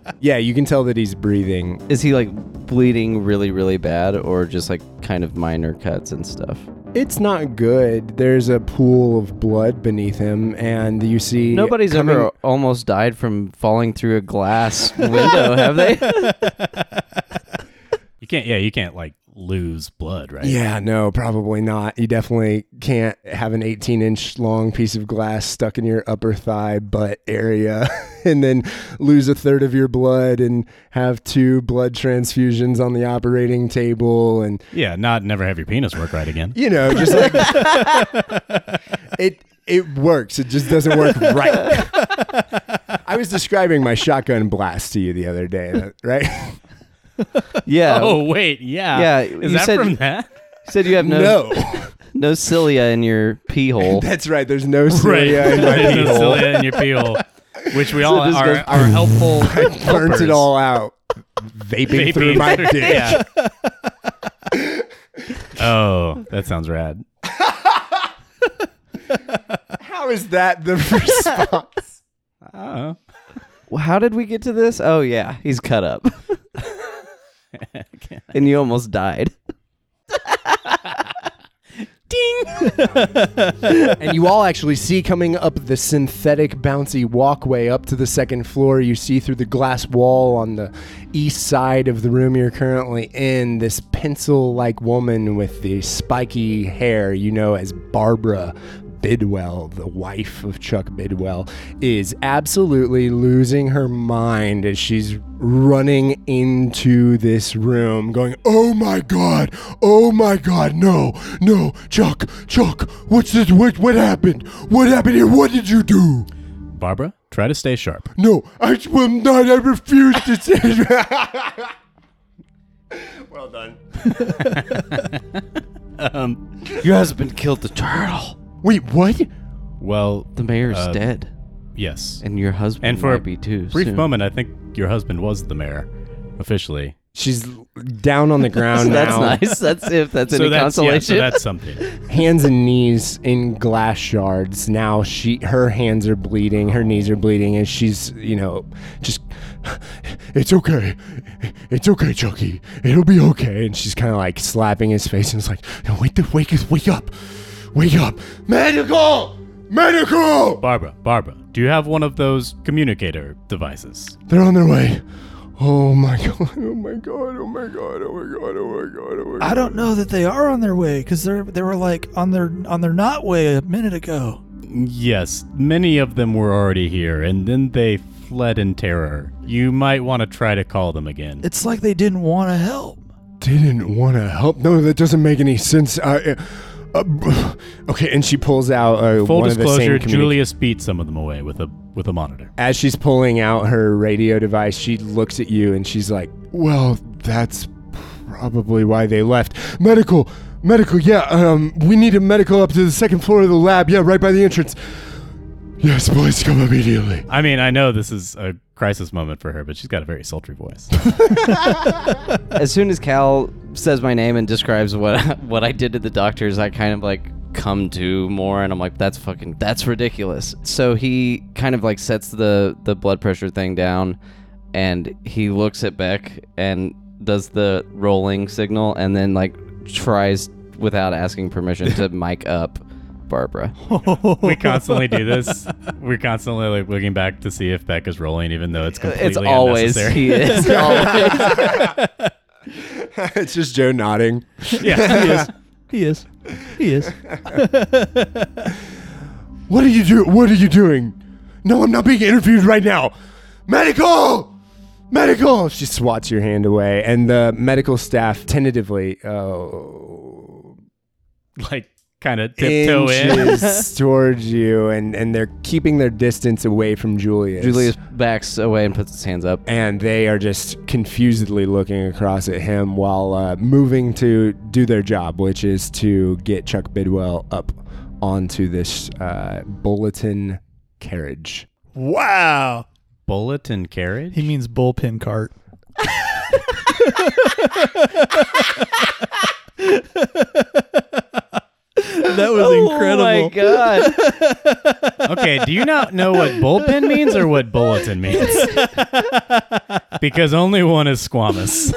D: yeah, you can tell that he's breathing.
C: Is he like bleeding really, really bad, or just like kind of minor cuts and stuff?
D: It's not good. There's a pool of blood beneath him, and you see
C: Nobody's
D: coming-
C: ever almost died from falling through a glass window, have they?
F: You can't. Yeah, you can't like lose blood, right?
D: Yeah, no, probably not. You definitely can't have an 18 inch long piece of glass stuck in your upper thigh butt area and then lose a third of your blood and have two blood transfusions on the operating table and,
F: Yeah. Not never have your penis work right again.
D: you know, just like it. It works. It just doesn't work right. I was describing my shotgun blast to you the other day, right?
C: yeah.
F: Oh wait, yeah.
C: Yeah,
F: Is
C: you
F: that
C: said-
F: from that?
C: You said you have no, no
D: No,
C: cilia in your pee hole.
D: that's right. There's no cilia in my
F: There's
D: pee
F: no
D: hole.
F: cilia in your pee hole, which we all
C: this
F: are,
C: goes-
F: are helpful.
D: burnt
F: helpers.
D: it all out, vaping,
F: Vaping
D: through my
F: through-
D: dick.
F: yeah. Oh, that sounds rad.
D: How is that the response?
F: Oh,
C: Well, How did we get to this? Oh yeah, he's cut up. and you almost died.
D: and you all actually see coming up the synthetic bouncy walkway up to the second floor. You see through the glass wall on the east side of the room you're currently in this pencil like woman with the spiky hair, you know, as Barbara. Bidwell, the wife of Chuck Bidwell, is absolutely losing her mind as she's running into this room, going, Oh my God! Oh my God! No! No! Chuck! Chuck! What's this? What, what happened? What happened here? What did you do?
F: Barbara, try to stay sharp.
D: No, I will not. I refuse to say. well done.
C: Your husband killed the turtle.
D: Wait, what?
F: Well,
C: The mayor's
F: Uh,
C: dead,
F: yes.
C: and your husband
F: And for
C: might
F: a
C: be too.
F: Brief
C: soon.
F: moment, I think your husband was the mayor, officially.
D: She's down on the ground
C: That's
D: now,
C: nice. That's if that's
F: so
C: any
F: that's yeah, so
C: consolation.
F: that's something.
D: hands and knees in glass shards. Now she, her hands are bleeding, her knees are bleeding, and she's, you know, just. It's okay. It's okay, Chucky. It'll be okay. And she's kind of like slapping his face and is like, "No, wake the wake wake up, wake up, medical, medical."
F: Barbara, Barbara, do you have one of those communicator devices?
D: They're on their way. Oh my god! Oh my god! Oh my god! Oh my god! Oh my god! Oh my god!
E: I don't know that they are on their way because they're they were like on their on their not way a minute ago.
F: Yes, many of them were already here, and then they fled in terror. You might want to try to call them again.
E: It's like they didn't want to help.
D: Didn't want to help. No, that doesn't make any sense. I, uh, uh, okay, and she pulls out uh,
F: Full
D: one
F: disclosure:
D: of the same communi-
F: Julius beat some of them away with a with a monitor.
D: As she's pulling out her radio device, she looks at you and she's like, "Well, that's probably why they left. Medical, medical. Yeah, um, we need a medical up to the second floor of the lab. Yeah, right by the entrance. Yes, please come immediately."
F: I mean, I know this is a crisis moment for her, but she's got a very sultry voice.
C: as soon as Cal says my name and describes what what I did to the doctors, I kind of like come to more and I'm like that's fucking that's ridiculous. So he kind of like sets the the blood pressure thing down and he looks at Beck and does the rolling signal and then like tries without asking permission to mic up Barbara.
F: we constantly do this. We're constantly like looking back to see if Beck is rolling, even though it's completely
C: It's always
F: unnecessary.
C: he is always
D: it's just Joe nodding.
F: yeah, he is.
E: He is, he is.
D: What are you do? What are you doing? No, I'm not being interviewed right now. Medical, medical. She swats your hand away, and the medical staff tentatively uh,
F: like kind of tiptoe in.
D: inches towards you, and and they're keeping their distance away from Julius.
C: Julius backs away and puts his hands up.
D: And they are just confusedly looking across at him while uh, moving to do their job, which is to get Chuck Bidwell up onto this uh, bulletin carriage.
E: Wow.
F: Bulletin carriage.
E: He means bullpen cart. That was incredible.
C: Oh my god!
F: Okay, do you not know what bullpen means or what bulletin means? because only one is squamous.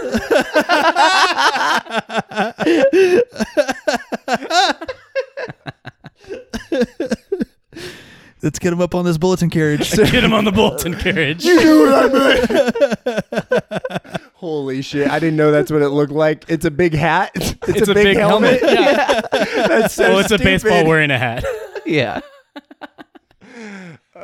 E: Let's get him up on this bulletin carriage.
F: Get him on the bulletin carriage.
D: Holy shit! I didn't know that's what it looked like. It's a big hat. It's, a, big, helmet.
F: Yeah.
D: that's so
F: Oh, it's a
D: stupid.
F: baseball wearing a hat.
C: Yeah,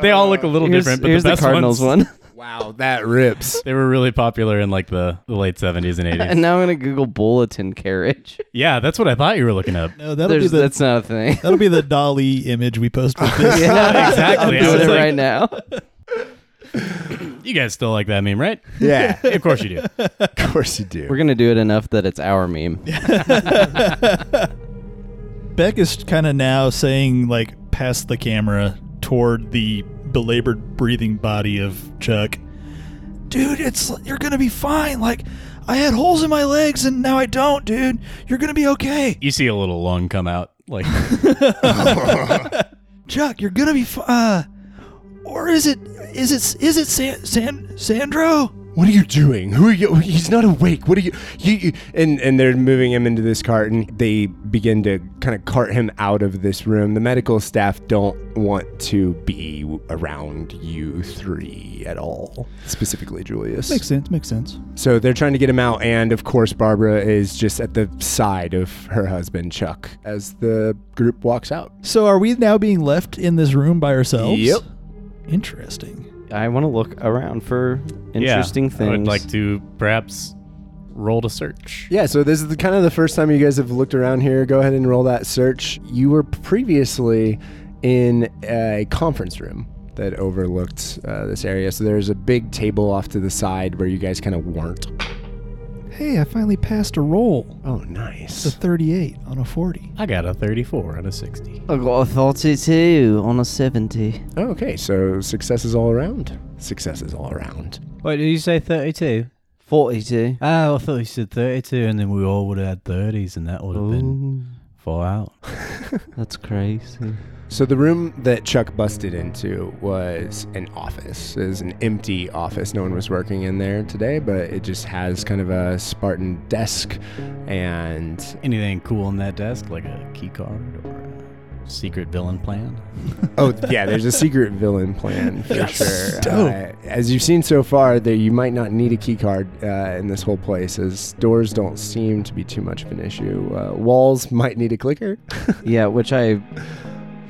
F: They all look a little
C: here's,
F: different, but
C: here's
F: the
C: the,
F: best
C: Cardinals
F: ones,
C: one.
D: Wow, that rips.
F: They were really popular in like the, the late seventies and eighties.
C: and now I'm gonna Google bulletin carriage.
F: Yeah, that's what I thought you were looking up.
E: no, that'll be
C: There's,
E: the
C: that's not a thing.
E: that'll be the Dolly image we post with this.
C: yeah,
F: exactly.
C: I'm
F: I was
C: doing it
F: like-
C: right now.
F: You guys still like that meme, right?
D: Yeah,
F: Of course you do.
D: of course you
C: We're
D: do.
C: gonna do it enough that it's our meme. Yeah.
E: Beck is kind of now saying like past the camera toward the belabored breathing body of Chuck. Dude, it's you're gonna be fine. Like I had holes in my legs and now I don't, dude. You're gonna be okay,
F: You see a little lung come out. Like
E: Chuck. You're gonna be fine. Uh, or is it is it is it San, San Sandro?
D: What are you doing? Who are you? He's not awake. What are you? You, you and and they're moving him into this cart, and they begin to kind of cart him out of this room. The medical staff don't want to be around you three at all, specifically Julius.
E: sense. Makes sense.
D: So they're trying to get him out, and of course, Barbara is just at the side of her husband, Chuck, as the group walks out.
E: So are we now being left in this room by ourselves?
D: Yep.
E: Interesting.
C: I want to look around for interesting
F: yeah,
C: things.
F: I would like to perhaps roll to search.
D: Yeah, so this is the, kind of the first time you guys have looked around here. Go ahead and roll that search. You were previously in a conference room that overlooked uh, this area. So there's a big table off to the side where you guys kind of weren't.
E: Hey, I finally passed a roll.
D: Oh,
E: It's
D: nice.
E: a 38 on a 40.
F: I got a thirty-four out of sixty.
C: I got a 32 on a 70.
D: Oh, okay, so successes all around. Successes all around.
H: Wait, did you say 32?
C: 42.
H: Oh, I thought you said 32, and then we all would have had 30s, and that would have been
C: Ooh,
H: four out.
C: that's crazy.
D: So the room that Chuck busted into was an office. It was an empty office. No one was working in there today, but it just has kind of a Spartan desk and
F: Anything cool on that desk, like a key card or a secret villain plan?
D: oh yeah, there's a secret villain plan for sure.
E: Dope.
D: Uh, as you've seen so far, there you might not need a key card uh, in this whole place, as doors don't seem to be too much of an issue. Uh, walls might need a clicker.
C: yeah, which I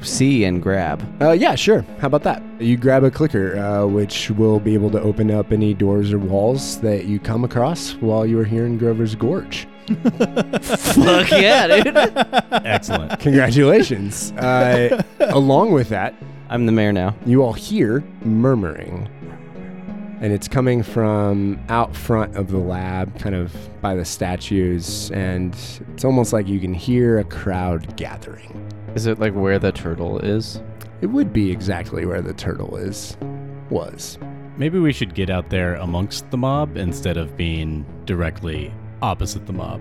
C: see and grab.
D: Uh, yeah, sure. How about that? You grab a clicker, uh, which will be able to open up any doors or walls that you come across while you are here in Grover's Gorge.
C: Fuck yeah, dude.
F: Excellent.
D: Congratulations. uh, along with that,
C: I'm the mayor now.
D: you all hear murmuring. And it's coming from out front of the lab, kind of by the statues. And it's almost like you can hear a crowd gathering.
C: Is it like where the turtle is?
D: It would be exactly where the turtle is. Was.
F: Maybe we should get out there amongst the mob instead of being directly opposite the mob.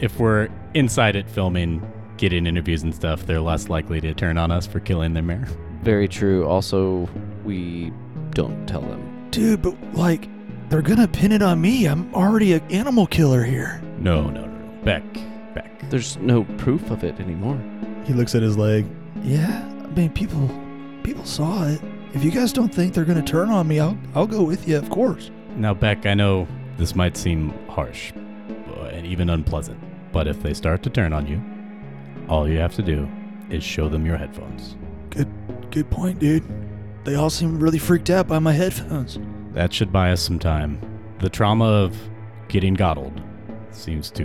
F: If we're inside it filming, getting interviews and stuff, they're less likely to turn on us for killing their mayor.
C: Very true. Also, we don't tell them.
E: Dude, but like, they're gonna pin it on me. I'm already an animal killer here.
F: No, no, no, no. Beck, Beck.
C: There's no proof of it anymore.
E: He looks at his leg. Yeah, I mean, people, people saw it. If you guys don't think they're gonna turn on me, I'll, I'll go with you, of course.
F: Now, Beck, I know this might seem harsh uh, and even unpleasant, but if they start to turn on you, all you have to do is show them your headphones.
E: Good point, dude. They all seem really freaked out by my headphones.
F: That should buy us some time. The trauma of getting coddled seems to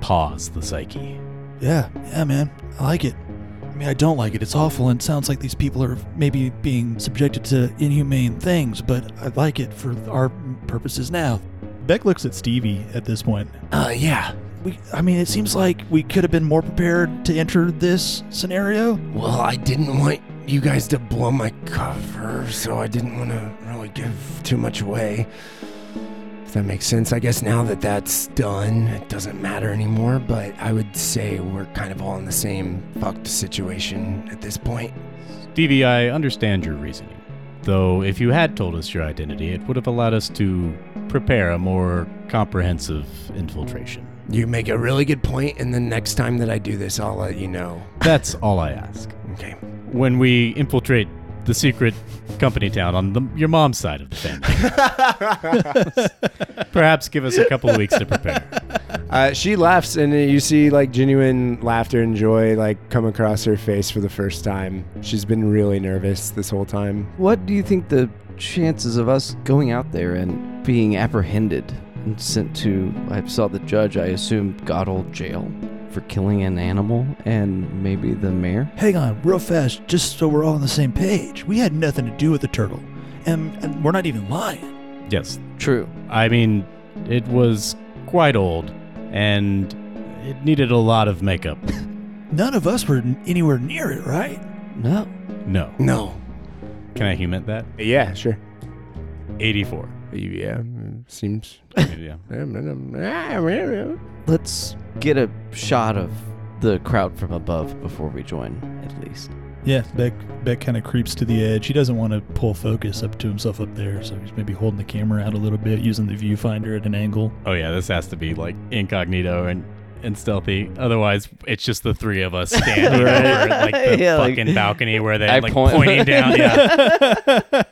F: pause the psyche.
E: Yeah, yeah, man, I like it. I mean, I don't like it. It's awful, and it sounds like these people are maybe being subjected to inhumane things, but I like it for our purposes now. Beck looks at Stevie at this point. Uh, yeah. We, I mean, it seems like we could have been more prepared to enter this scenario.
D: Well, I didn't want you guys to blow my cover, so I didn't want to really give too much away. If that makes sense, I guess now that that's done, it doesn't matter anymore, but I would say we're kind of all in the same fucked situation at this point.
F: Stevie, I understand your reasoning. Though, if you had told us your identity, it would have allowed us to prepare a more comprehensive infiltration.
D: You make a really good point, and the next time that I do this, I'll let you know.
F: That's all I ask.
D: Okay.
F: When we infiltrate the secret company town on the, your mom's side of the family, perhaps give us a couple of weeks to prepare.
D: Uh, she laughs, and you see like genuine laughter and joy like come across her face for the first time. She's been really nervous this whole time.
C: What do you think the chances of us going out there and being apprehended and sent to, I saw the judge, I assume, Goddard jail for killing an animal and maybe the mayor?
E: Hang on, real fast, just so we're all on the same page. We had nothing to do with the turtle, and, and we're not even lying.
F: Yes,
C: True.
F: I mean, it was quite old, and it needed a lot of makeup.
E: None of us were n- anywhere near it, right?
C: No.
F: No.
D: No.
F: Can I human that?
D: Yeah, sure.
F: 84.
D: Yeah, mm, seems.
F: yeah.
C: Let's get a shot of the crowd from above before we join, at least.
E: Yeah, Beck Beck kind of creeps to the edge. He doesn't want to pull focus up to himself up there, so he's maybe holding the camera out a little bit, using the viewfinder at an angle.
F: Oh yeah, this has to be like incognito and and stealthy. Otherwise, it's just the three of us standing over like the
C: Yeah, like-
F: fucking balcony where they
C: I
F: are like
C: point-
F: pointing down. Yeah.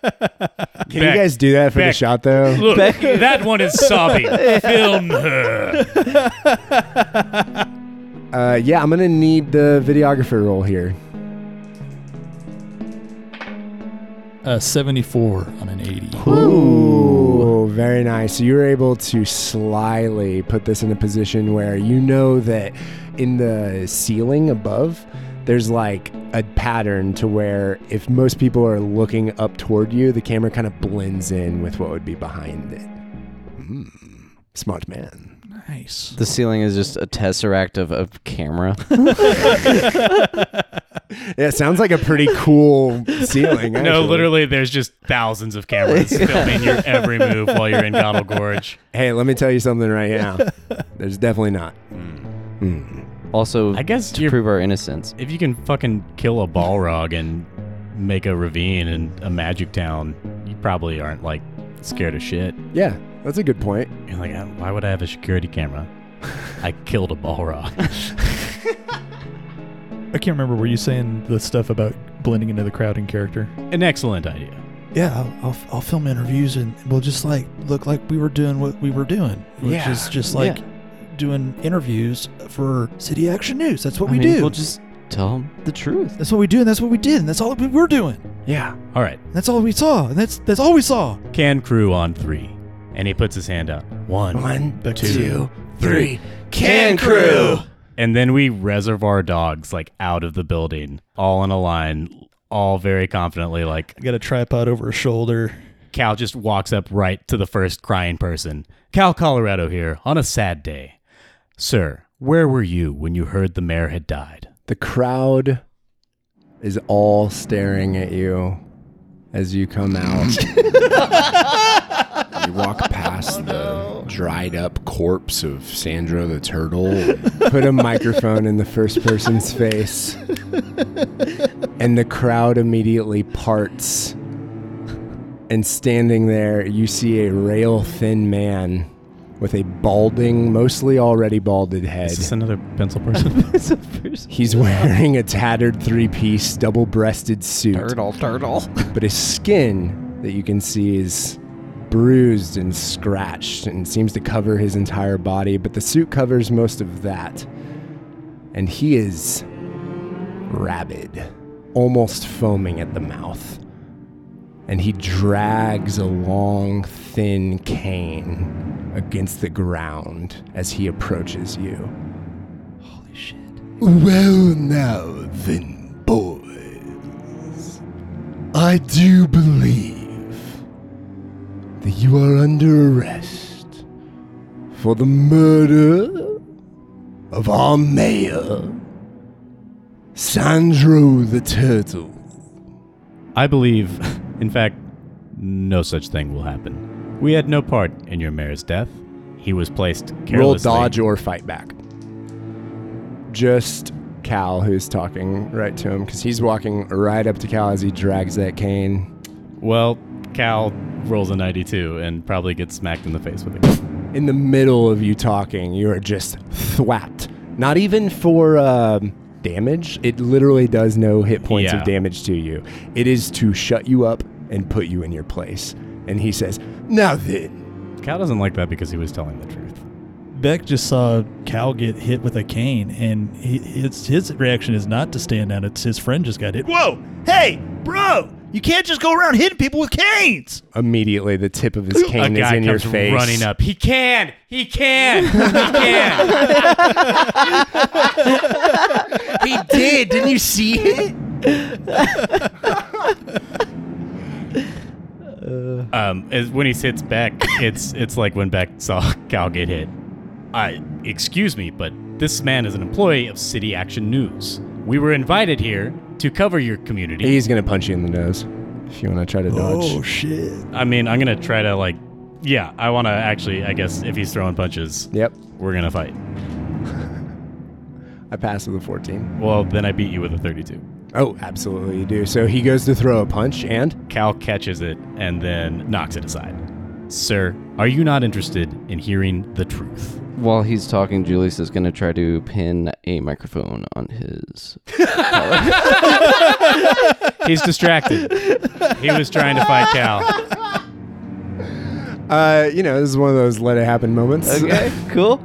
D: Can
F: Beck,
D: you guys do that for the
F: Beck.
D: shot though?
F: Look, that one is sobbing. Film her.
D: Uh, yeah, I'm gonna need the videographer role here.
E: Uh, 74 on an 80.
D: Ooh, very nice. So you were able to slyly put this in a position where you know that in the ceiling above, there's like a pattern to where if most people are looking up toward you, the camera kind of blends in with what would be behind it. Mm, smart man.
E: Nice.
C: The ceiling is just a tesseract of a camera.
D: Yeah, it sounds like a pretty cool ceiling.
F: No,
D: actually.
F: literally, there's just thousands of cameras filming your every move while you're in Gottle Gorge.
D: Hey, let me tell you something right now. There's definitely not.
F: Hmm.
D: Mm.
C: Also,
F: I guess
C: to
F: you're-
C: prove our innocence.
F: If you can fucking kill a Balrog and make a ravine and a magic town, you probably aren't like scared of shit.
D: Yeah, that's a good point.
F: You're like, "Uh, why would I have a security camera? I killed a Balrog.
E: I can't remember. Were you saying the stuff about blending into the crowd and character?
F: An excellent idea.
E: Yeah, I'll, I'll, I'll film interviews and we'll just like look like we were doing what we were doing, which
D: Yeah.
E: is just like
C: Yeah.
E: doing interviews for City Action News. That's what
C: I
E: we
C: mean,
E: do.
C: We'll just tell them the truth.
E: that's what we do, and that's what we did, and that's all we were doing.
D: Yeah.
F: All right,
E: And that's all we saw, and that's that's all we saw.
F: can crew on three. And he puts his hand out. One.
D: One, two,
F: two,
D: three.
F: Can crew! And then we reservoir dogs like out of the building, all in a line, all very confidently. Like
E: I got a tripod over a shoulder.
F: Cal just walks up right to the first crying person. Cal Colorado here on a sad day. Sir, where were you when you heard the mayor had died?
D: The crowd is all staring at you as you come out. you walk past the dried up corpse of Sandra the turtle, and put a microphone in the first person's face, and the crowd immediately parts. And standing there, you see a rail thin man with a balding, mostly already balded head.
F: Is this another pencil person?
D: He's wearing a tattered three piece, double breasted suit,
C: Turtle, turtle.
D: but his skin that you can see is bruised and scratched and seems to cover his entire body, but the suit covers most of that. And he is rabid, almost foaming at the mouth. And he drags a long, thin cane against the ground as he approaches you. Well, now then, boys. I do believe that you are under arrest for the murder of our mayor, Sandro the Turtle.
F: I believe, in fact, no such thing will happen. We had no part in your mayor's death. He was placed carelessly.
D: Roll dodge or fight back. Just Cal, who's talking right to him, because he's walking right up to Cal as he drags that cane.
F: Well, Cal rolls a 92 and probably gets smacked in the face with it.
D: in the middle of you talking, you are just thwapped. Not even for um damage. It literally does no hit points
F: Yeah.
D: of damage to you. It is to shut you up and put you in your place. And he says, "Now then,
F: Cal doesn't like that because he was telling the truth.
E: Beck just saw Cal get hit with a cane, and he, his his reaction is not to stand out. It's his friend just got hit. Whoa! Hey, bro! You can't just go around hitting people with canes.
D: immediately the tip of his cane
F: a
D: is
F: guy
D: in your
F: comes
D: face."
F: running up. He can. He can. He can.
D: He did. Didn't you see it?
F: um, as- when he sits back, it's it's like when Beck saw Cal get hit. I excuse me, but this man is an employee of City Action News. We were invited here to cover your community.
D: He's gonna punch you in the nose if you want to try to dodge.
E: Oh shit!
F: I mean, I'm gonna try to like, yeah, I want to actually. I guess if he's throwing punches,
D: Yep,
F: we're gonna fight.
D: I passed with a 14.
F: Well, then I beat you with a 32.
D: Oh, absolutely you do. So he goes to throw a punch, and
F: Cal catches it and then knocks it aside. Sir, are you not interested in hearing the truth?
C: While he's talking, Julius is going to try to pin a microphone on his.
F: He's distracted. he was trying to fight Cal.
D: uh, you know, this is one of those let it happen moments.
C: Okay, cool.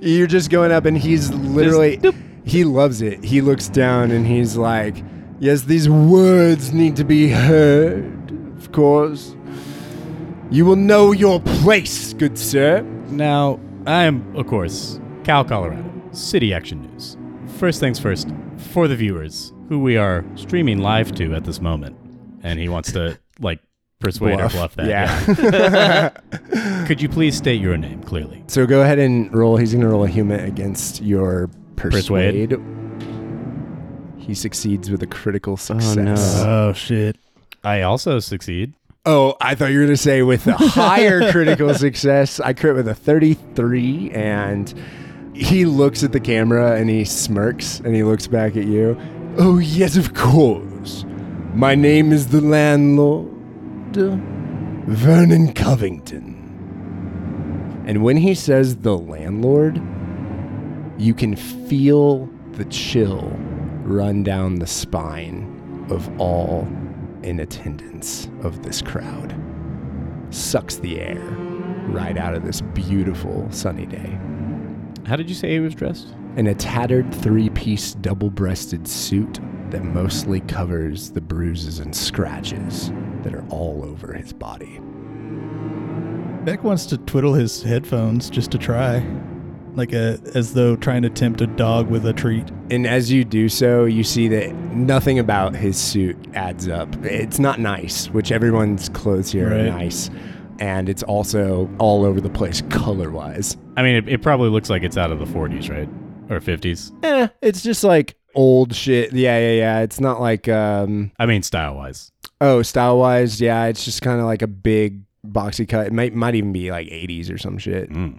D: You're just going up, and he's literally. he loves it. He looks down and he's like, Yes, these words need to be heard, of course. You will know your place, good sir.
F: Now, I am, of course, Cal, Colorado, City Action News. First things first, for the viewers who we are streaming live to at this moment, and he wants to, like, persuade or bluff that. Could you please state your name clearly?
D: so go ahead and roll. He's going to roll a human against your persuade.
F: Persuade.
D: He succeeds with a critical
C: no.
D: success.
E: Oh shit!
F: I also succeed.
D: Oh, I thought you were going to say with a higher critical success. I crit with a 33, and he looks at the camera and he smirks and he looks back at you. Oh, yes, of course. My name is the landlord, Vernon Covington. And when he says the landlord, you can feel the chill run down the spine of all in attendance of this crowd. Sucks the air right out of this beautiful sunny day.
F: How did you say he was dressed?
D: In a tattered three piece double breasted suit that mostly covers the bruises and scratches that are all over his body.
E: Beck wants to twiddle his headphones just to try, like a as though trying to tempt a dog with a treat.
D: And as you do so, you see that nothing about his suit adds up. It's not nice, which everyone's clothes here are
E: Right.
D: nice. And it's also all over the place color wise.
F: I mean, it, it probably looks like it's out of the 40s, right? Or 50s.
D: Eh, it's just like old shit. Yeah, yeah, yeah. It's not like um
F: I mean, style wise.
D: oh, style wise, yeah, it's just kind of like a big boxy cut. It might might even be like 80s or some shit. Mm.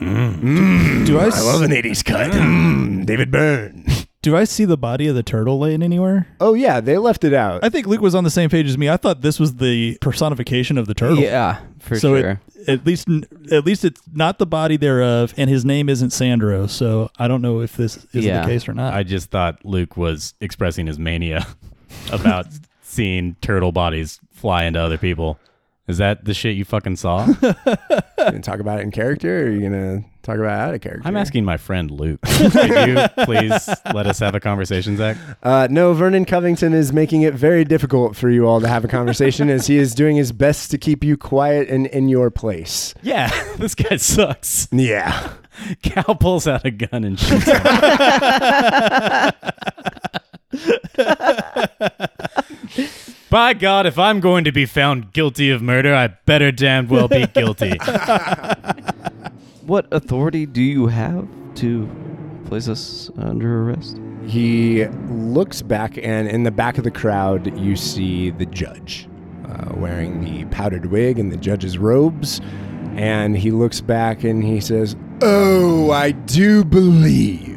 E: Do I,
D: I
E: s-
D: love an 80s cut. Mm, David Byrne.
E: do I see the body of the turtle laying anywhere?
D: Oh yeah, they left it out.
E: I think Luke was on the same page as me. I thought this was the personification of the turtle.
C: Yeah, for
E: Oh. so
C: sure.
E: it, at least at least it's not the body thereof, and his name isn't Sandro. So I don't know if this is
C: Yeah.
E: the case or not.
F: I just thought Luke was expressing his mania about seeing turtle bodies fly into other people. Is that the shit you fucking saw?
D: you gonna talk about it in character, or are you gonna talk about it out of character?
F: I'm asking my friend Luke. Could you please let us have a conversation, Zach?
D: Uh, no, Vernon Covington is making it very difficult for you all to have a conversation, as he is doing his best to keep you quiet and in your place.
F: Yeah, this guy sucks.
D: Yeah.
F: Cal pulls out a gun and shoots him. By God, if I'm going to be found guilty of murder, I better damned well be guilty.
C: What authority do you have to place us under arrest?
D: He looks back, and in the back of the crowd, you see the judge uh, wearing the powdered wig and the judge's robes. And he looks back and he says, Oh, I do believe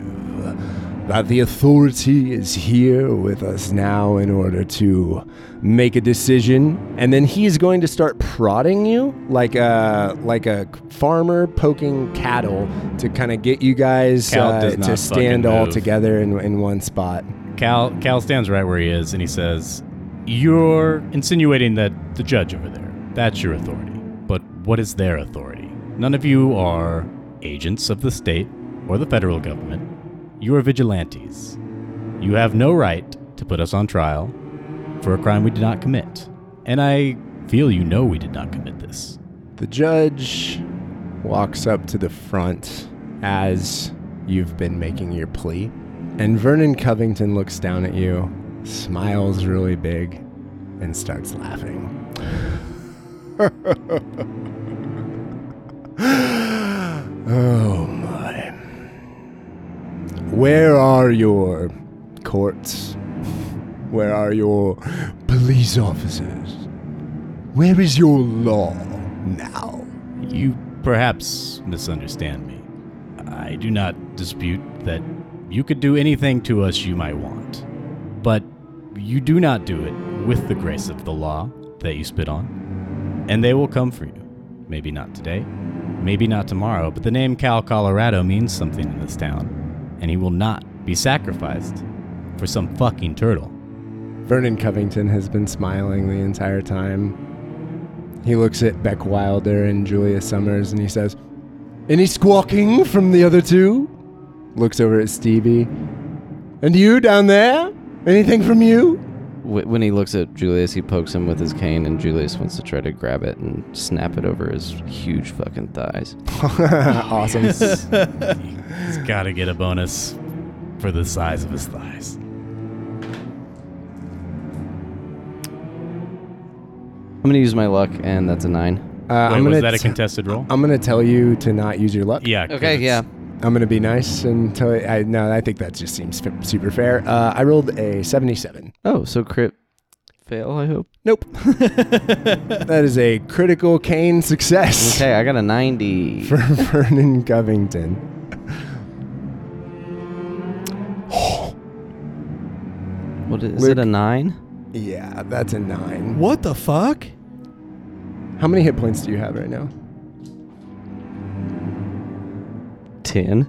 D: that the authority is here with us now in order to make a decision. And then he is going to start prodding you like a, like a farmer poking cattle to kind of get you guys
F: Cal does
D: uh,
F: not
D: to stand
F: fucking
D: all
F: move.
D: together in, in one spot.
F: Cal Cal stands right where he is and he says, "You're insinuating that the judge over there, that's your authority. But what is their authority? None of you are agents of the state or the federal government. You are vigilantes. You have no right to put us on trial for a crime we did not commit. And I feel you know we did not commit this."
D: The judge walks up to the front as you've been making your plea. And Vernon Covington looks down at you, smiles really big, and starts laughing. oh my. Where are your courts? Where are your police officers? Where is your law now?
F: You perhaps misunderstand me. I do not dispute that you could do anything to us you might want, but you do not do it with the grace of the law that you spit on, and they will come for you. Maybe not today, maybe not tomorrow, but the name Cal Colorado means something in this town, and he will not be sacrificed for some fucking turtle.
D: Vernon Covington has been smiling the entire time. He looks at Beck Wilder and Julia Summers and he says, Any squawking from the other two? Looks over at Stevie. And you down there? Anything from you?
C: Wh- when he looks at Julius, he pokes him with his cane, and Julius wants to try to grab it and snap it over his huge fucking thighs.
D: awesome. Uh,
F: He's got to get a bonus for the size of his thighs.
C: I'm gonna use my luck, and that's a nine.
D: Uh,
F: Wait,
D: I'm
F: was
D: gonna
F: that a
D: t-
F: contested roll?
D: I'm gonna tell you to not use your luck.
F: yeah. 'cause
C: Okay,
F: it's-
C: yeah.
D: I'm gonna be nice and tell you. I, no, I think that just seems f- super fair. Uh, I rolled a 77.
C: Oh, so crit fail. I hope.
D: Nope. that is a critical cane success.
C: Okay, I got a ninety.
D: for Vernon Covington.
C: What is,
D: Luke.
C: it? A nine?
D: Yeah, that's a nine.
E: What the fuck?
D: How many hit points do you have right now?
C: Ten?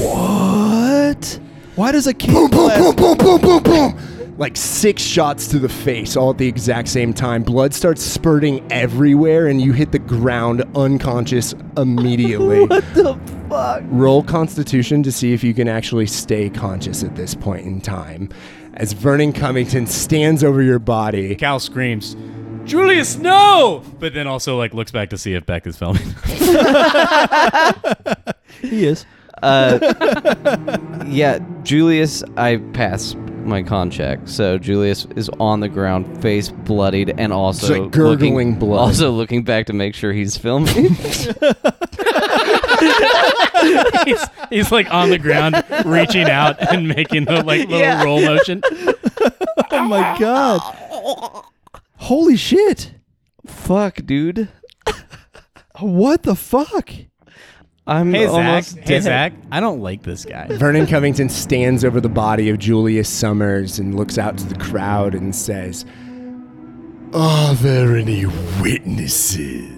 E: What? Why does a king
D: Boom, boom,
E: blast-
D: boom, boom, boom, boom, boom. Like six shots to the face all at the exact same time. Blood starts spurting everywhere, and you hit the ground unconscious immediately. what the fuck? Roll Constitution to see if you can actually stay conscious at this point in time. As Vernon Covington stands over your body.
F: Cal screams, Julius, no! But then also like looks back to see if Beck is filming.
E: He is.
C: Uh, Yeah, Julius. I pass my con check, so Julius is on the ground, face bloodied, and also
D: It's like gurgling
C: looking-
D: blood.
C: Also looking back to make sure he's filming.
F: he's, he's like on the ground, reaching out and making the like little roll motion.
E: Oh my god. Holy shit.
C: Fuck, dude.
E: What the fuck?
C: I'm
F: Hey Zach,
C: almost
F: hey
C: dead.
F: Zach, I don't like this guy.
D: Vernon Covington stands over the body of Julius Summers and looks out to the crowd and says, Are there any witnesses?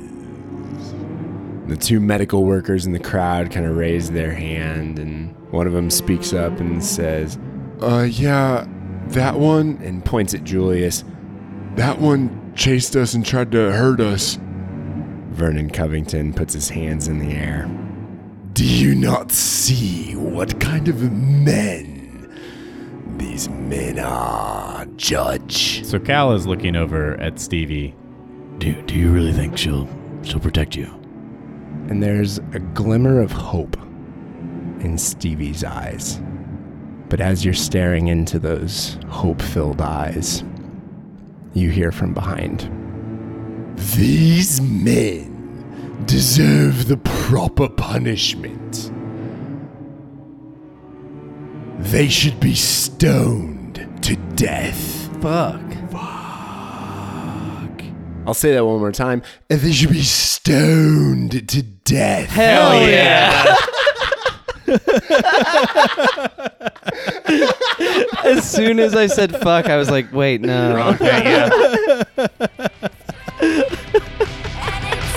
D: The two medical workers in the crowd kind of raise their hand, and one of them speaks up and says,
I: Uh, yeah, that one,
D: and points at Julius.
I: that one chased us and tried to hurt us.
D: Vernon Covington puts his hands in the air. Do you not see what kind of men these men are, Judge?
F: So Cal is looking over at Stevie. Do do you really think she'll she'll protect you?
D: and there's a glimmer of hope in Stevie's eyes. But as you're staring into those hope filled eyes, you hear from behind
I: These men deserve the proper punishment. They should be stoned to death.
E: Fuck.
D: I'll say that one more time. And they should be stoned to death.
C: Hell yeah. as soon as I said fuck, I was like, wait, no.
B: And it's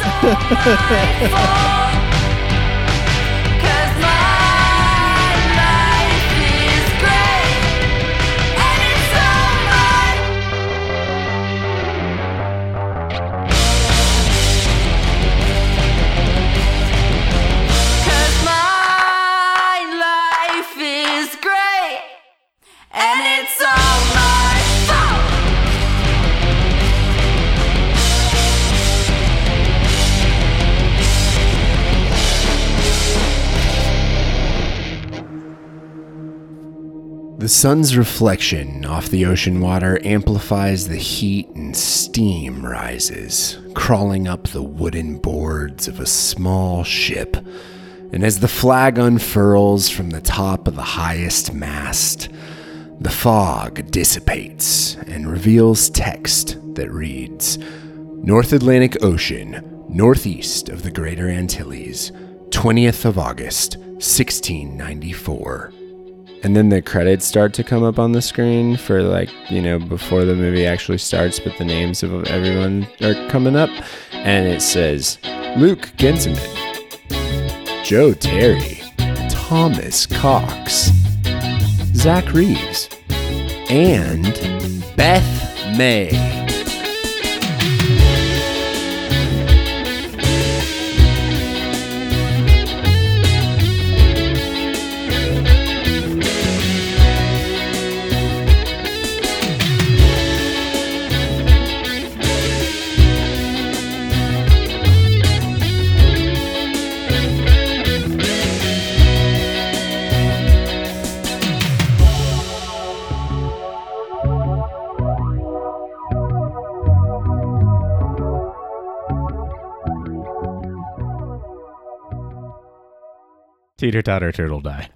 B: all my fault. 'Cause my life is great. And it's all mine. Cause my life is great. And it's all my fault.
D: The sun's reflection off the ocean water amplifies the heat and steam rises, crawling up the wooden boards of a small ship. And as the flag unfurls from the top of the highest mast, the fog dissipates and reveals text that reads North Atlantic Ocean, northeast of the Greater Antilles, 20th of August, 1694
J: and then the credits start to come up on the screen for like you know before the movie actually starts but the names of everyone are coming up and it says luke gensinger
D: Joe Terry, Thomas Cox, Zach Reeves, and Beth May.
F: Teeter totter turtle die.